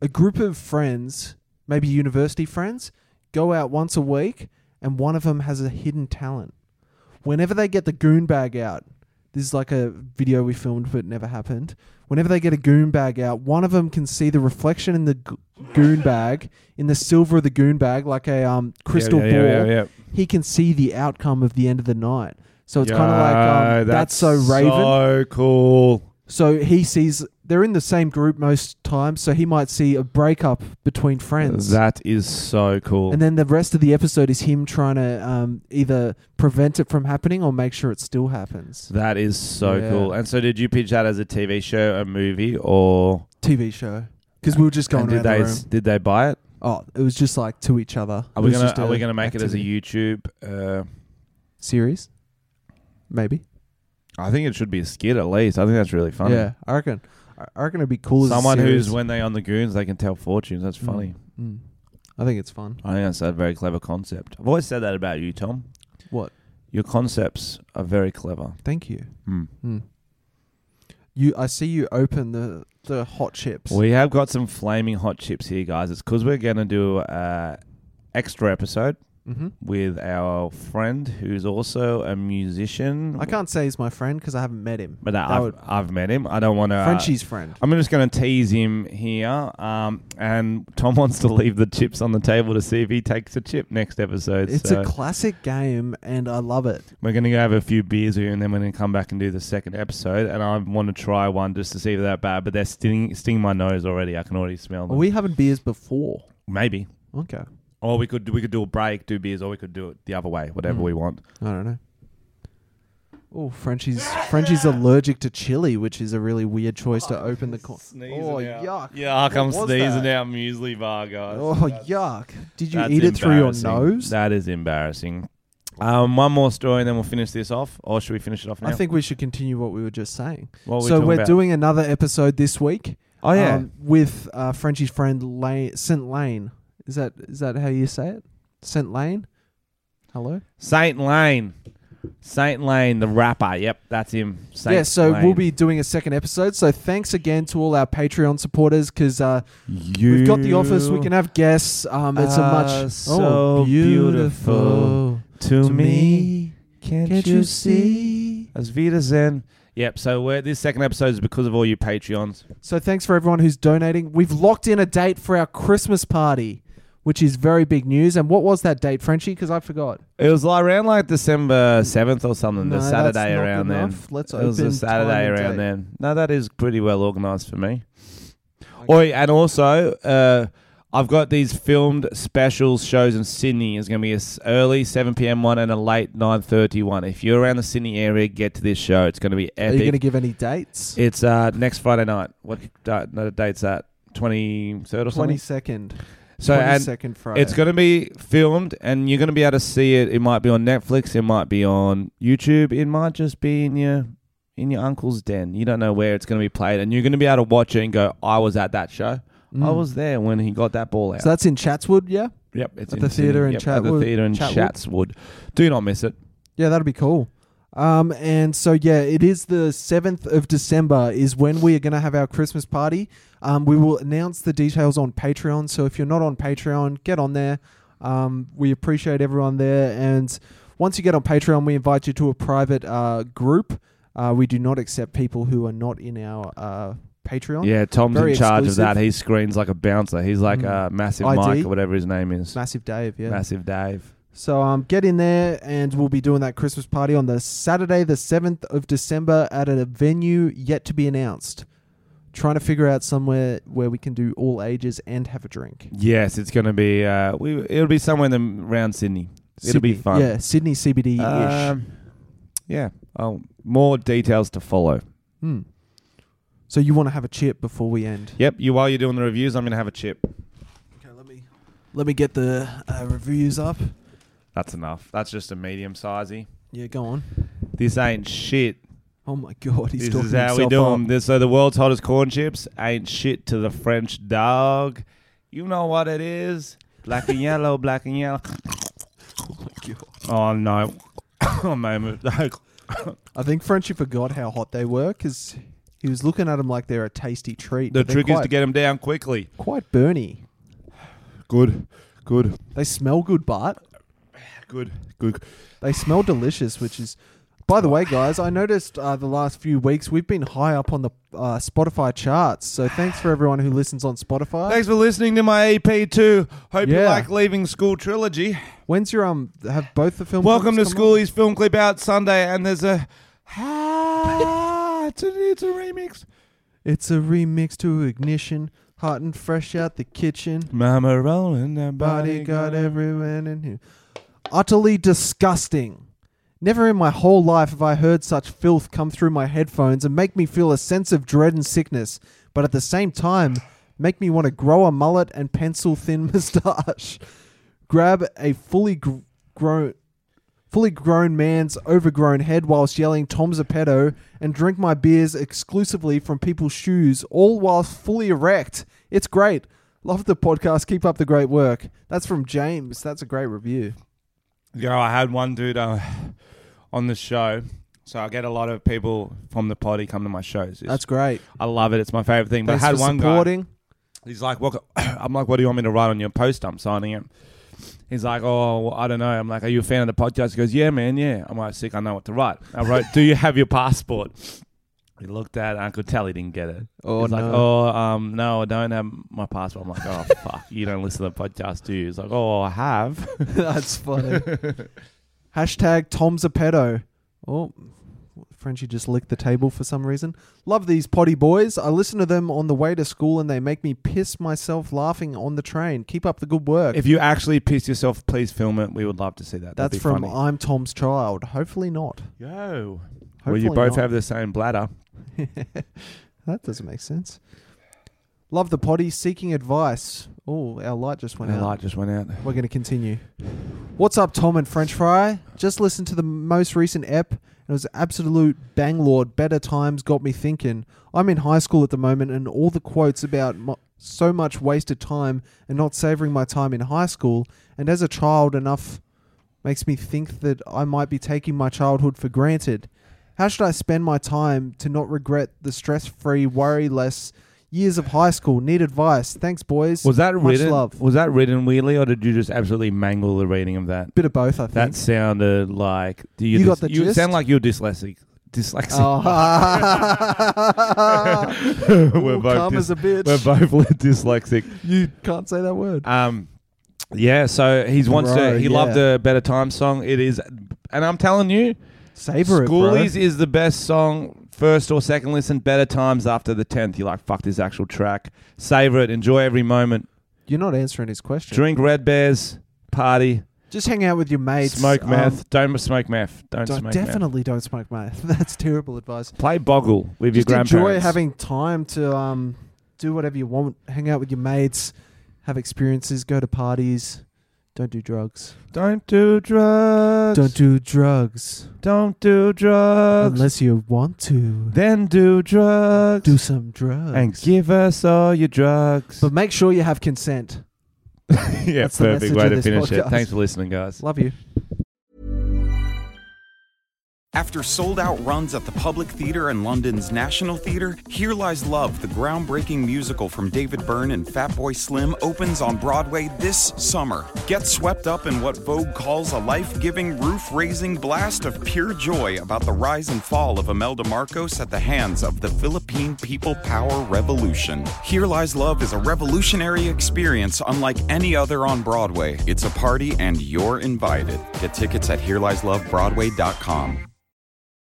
C: A group of friends, maybe university friends, go out once a week, and one of them has a hidden talent. Whenever they get the goon bag out, this is like a video we filmed but never happened. Whenever they get a goon bag out, one of them can see the reflection in the go- goon bag, in the silver of the goon bag, like a um, crystal
B: yeah, yeah,
C: ball.
B: Yeah, yeah,
C: he can see the outcome of the end of the night. So it's
B: Yo,
C: kind of like um, that's, so Raven. So-,
B: So cool.
C: he sees they're in the same group most times, so he might see a breakup between friends.
B: That is so cool.
C: and then the rest of the episode is him trying to um, either prevent it from happening or make sure it still happens.
B: that is so
C: Yeah.
B: cool. And so, did you pitch that as a TV show, a movie, or
C: TV show. Because we were just going
B: and did
C: around
B: they
C: the room.
B: did they buy it?
C: Oh, it was just like to each other.
B: Are
C: It
B: we
C: was
B: gonna
C: just
B: Are
C: a
B: we gonna make it
C: activity.
B: as a YouTube? Uh,
C: series? Maybe.
B: I think it should be a skit at least. I think that's really funny.
C: Yeah, I reckon. I- I reckon it'd be cool. as a
B: Someone who's
C: series.
B: when they on the goons, they can tell fortunes. That's funny.
C: Mm. I think it's fun.
B: I think that's a very clever concept. I've always said that about you, Tom.
C: What?
B: Your concepts are very clever.
C: Thank you.
B: Hmm.
C: Mm. You, I see you open the the hot chips.
B: We have got some flaming hot chips here, guys. It's because we're going to do uh extra episode
C: Mm-hmm.
B: with our friend who's also a musician.
C: I can't say he's my friend because I haven't met him.
B: but
C: That
B: I've,
C: would-
B: I've met him. I don't want to.
C: Frenchie's friend.
B: I'm just going to tease him here. Um, and Tom <laughs> wants to leave the chips on the table to see if he takes a chip next episode.
C: It's
B: so
C: a classic game, and I love it.
B: we're going to go have a few beers here, and then we're going to come back and do the second episode. And I want to try one just to see if they're that bad. But they're sting, sting my nose already. I can already smell
C: Are
B: them.
C: we having beers before?
B: Maybe.
C: Okay.
B: Or we could we could do a break, do beers, or we could do it the other way, whatever
C: Mm.
B: we want.
C: I don't know.
B: <laughs>
C: Oh, Frenchie's Frenchie's allergic to chili, which is a really weird choice to open the. Co- oh yuck!
B: Yuck! I'm
C: was
B: sneezing
C: that?
B: out muesli bar, guys.
C: Oh yuck! Did you
B: That's
C: eat it through your
B: embarrassing.
C: nose?
B: That is embarrassing. Um, one more story, and then we'll finish this off, or should we finish it off now?
C: I think we should continue what we were just saying.
B: What were we
C: so
B: talking
C: we're
B: about?
C: doing another episode this week.
B: Oh yeah,
C: um, with uh, Frenchie's friend Lane, Saint Lane. Is that is that how you say it? Saint Lane. Hello.
B: Saint Lane, Saint Lane, the rapper. Yep, that's him. Saint
C: yeah. So
B: Lane.
C: we'll be doing a second episode. So thanks again to all our Patreon supporters because uh,
B: You
C: we've got the office. We can have guests. Um, it's a
B: are
C: much oh,
B: so beautiful to,
C: to me.
B: Can't,
C: Can't you see?
B: As Vita Zen. Yep. So we're, this second episode is because of all you Patreons.
C: So thanks for everyone who's donating. We've locked in a date for our Christmas party, which is very big news. And what was that date, Frenchie? Because I forgot.
B: It was like around like December seventh or something.
C: No,
B: the
C: that's
B: Saturday
C: not
B: around
C: good
B: then.
C: enough. Let's
B: it was
C: open
B: a Saturday
C: time and
B: around
C: date.
B: then. No, that is pretty well organised for me. Oi, and also uh, I've got these filmed specials shows in Sydney. It's going to be a s- early seven pm one and a late nine thirty one. If you're around the Sydney area, get to this show. It's going to be
C: Are you
B: epic.
C: going to give any dates?
B: it's uh, next Friday night. What da- no, date's that? Twenty third or
C: Twenty
B: something.
C: second.
B: So
C: twenty
B: and
C: second Friday.
B: it's going to be filmed, and you're going to be able to see it. It might be on Netflix. It might be on YouTube. It might just be in your in your uncle's den. You don't know where it's going to be played, and you're going to be able to watch it and go, "I was at that show. I
C: Mm.
B: was there when he got that ball out."
C: So that's in Chatswood, yeah?
B: yep, it's
C: at the theatre in
B: yep, At
C: Chatwood-
B: the theatre in
C: Chatwood.
B: Chatswood. Do not miss it.
C: Yeah, that'd be cool. Um, and so yeah, it is the seventh of December is when we are going to have our Christmas party. Um, we will announce the details on Patreon. So if you're not on Patreon, get on there. Um, we appreciate everyone there. And once you get on Patreon, we invite you to a private uh, group. Uh, we do not accept people who are not in our uh, Patreon.
B: Yeah, Tom's
C: Very
B: in charge
C: exclusive.
B: of that. He screens like a bouncer. He's like
C: Mm.
B: uh, massive
C: ID?
B: Mike or whatever his name is.
C: Massive Dave. Yeah.
B: Massive Dave.
C: So um, get in there, and we'll be doing that Christmas party on the Saturday, the seventh of December, at a venue yet to be announced. Trying to figure out somewhere where we can do all ages and have a drink.
B: Yes, it's going to be. Uh, we it'll be somewhere in the, around Sydney. It'll be
C: Sydney-
B: fun.
C: Yeah, Sydney CBD ish.
B: Um, yeah. Oh, more details to follow.
C: hmm. So you want to have a chip before we end?
B: Yep. You while you're doing the reviews, I'm gonna have a chip.
C: Okay, let me let me get the uh, reviews up.
B: That's enough. That's just a medium sizey.
C: Yeah, go on.
B: This ain't shit.
C: Oh my god, he's
B: this
C: talking
B: is how we
C: himself
B: do
C: up.
B: them. This, so the world's hottest corn chips ain't shit to the French dog. You know what it is. Black and yellow, black and yellow. Oh no. <coughs> oh moment.
C: <laughs>
B: <laughs>
C: I think Frenchie forgot how hot they were because he was looking at them like they're a tasty treat.
B: the
C: but they're
B: trick is to
C: quite-
B: get them down quickly.
C: quite burny.
B: Good. Good.
C: They smell good, Bart.
B: Good. Good.
C: They smell delicious, which is. By the way, guys, I noticed uh, the last few weeks we've been high up on the uh, Spotify charts. So thanks for everyone who listens on Spotify.
B: Thanks for listening to my EP too. Hope you
C: Yeah.
B: like Leaving School trilogy.
C: When's your um? Have both the film?
B: Welcome to
C: clips come
B: Schoolies film clip out Sunday, and there's a ah, it's, a, it's a remix.
C: out? It's a remix to Ignition, hot and fresh out the kitchen.
B: Mama rolling that
C: Body got everyone in here. Utterly disgusting. Never in my whole life have I heard such filth come through my headphones and make me feel a sense of dread and sickness, but at the same time, make me want to grow a mullet and pencil thin <laughs> moustache. Grab a fully gr- grown. Fully grown man's overgrown head whilst yelling Tom's a pedo and drink my beers exclusively from people's shoes, all whilst fully erect. It's great. Love the podcast. Keep up the great work. That's from James. That's a great review.
B: Yo, I had one dude uh, on the show, so I get a lot of people from the potty come to my shows. It's-
C: That's great.
B: I love it. It's my favorite thing. But I
C: Thanks
B: had
C: for
B: one guy.
C: supporting. <laughs>
B: <coughs> He's like, "What?" I'm like, "What do you want me to write on your poster?" I'm signing it. He's like, oh, well, I don't know. I'm like, are you a fan of the podcast? He goes, yeah, man, yeah. I'm like, sick. I know what to write. I wrote, do you have your passport? He looked at it. I could tell he didn't get it.
C: Oh,
B: He's like,
C: no.
B: oh, um, no, I don't have my passport. I'm like, <laughs> oh, fuck. You don't listen to the podcast, do you? He's like, oh, I have.
C: That's funny. Hashtag Tom's a pedo. Oh, Frenchie just licked the table for some reason. Love these potty boys. I listen to them on the way to school and they make me piss myself laughing on the train. Keep up the good
B: <laughs>
C: work.
B: If you actually piss yourself, please film it. We would love to see that. That'd
C: That's
B: be
C: from
B: funny.
C: I'm Tom's Child. Hopefully not.
B: Yo.
C: Hopefully
B: well, you both
C: not.
B: have the same bladder.
C: That doesn't make sense. Love the potty seeking advice. Oh, our light just went
B: The
C: out.
B: light just went out.
C: We're going to continue. What's up, Tom and French fry? Just listened to the most recent ep. and It was absolute bang lord. Better times got me thinking. I'm in high school at the moment, and all the quotes about mo- so much wasted time and not savoring my time in high school, and as a child, enough makes me think that I might be taking my childhood for granted. How should I spend my time to not regret the stress free, worry less years of high school? Need advice. Thanks, boys.
B: Was that
C: Much
B: written?
C: love.
B: Was that written weirdly, or did you just absolutely mangle the reading of that?
C: Bit of both, I think.
B: That sounded like do you,
C: You
B: dis-
C: got the
B: you
C: gist?
B: sound like you're dyslexic. Dyslexic.
C: <laughs> Oh.
B: <laughs> we're,
C: Ooh, calm as a bitch.
B: we're both <laughs> dyslexic.
C: you can't say that word.
B: Um, yeah. So he's wants
C: Bro,
B: to. He
C: yeah.
B: loved the Better Time song. It is, and I'm telling you,
C: Savor it, bro.
B: Schoolies is the best song. First or second listen, better times after the tenth. You're like, fuck this actual track. Savor it. Enjoy every moment.
C: You're not answering his question.
B: Drink Red Bears. Party.
C: Just hang out with your mates.
B: smoke
C: um,
B: meth. don't smoke meth. Don't,
C: don't-
B: smoke meth.
C: definitely don't smoke meth. <laughs> That's terrible advice.
B: Play Boggle with
C: Just
B: your grandparents.
C: enjoy having time to um, do whatever you want. Hang out with your mates. Have experiences. Go to parties. Don't do drugs.
B: Don't do drugs.
C: Don't do drugs
B: Don't do drugs.
C: unless you want to.
B: then do drugs.
C: Do some drugs.
B: and give us all your drugs.
C: But make sure you have consent.
B: <laughs> yeah,
C: that's the message of this podcast.
B: Thanks for listening, guys.
C: Love you.
A: After sold out runs at the Public Theatre and London's National Theatre, Here Lies Love, the groundbreaking musical from David Byrne and Fatboy Slim, opens on Broadway this summer. Get swept up in what Vogue calls a life giving, roof raising blast of pure joy about the rise and fall of Imelda Marcos at the hands of the Philippine People Power Revolution. Here Lies Love is a revolutionary experience unlike any other on Broadway. It's a party, and you're invited. Get tickets at HereLiesLoveBroadway.com.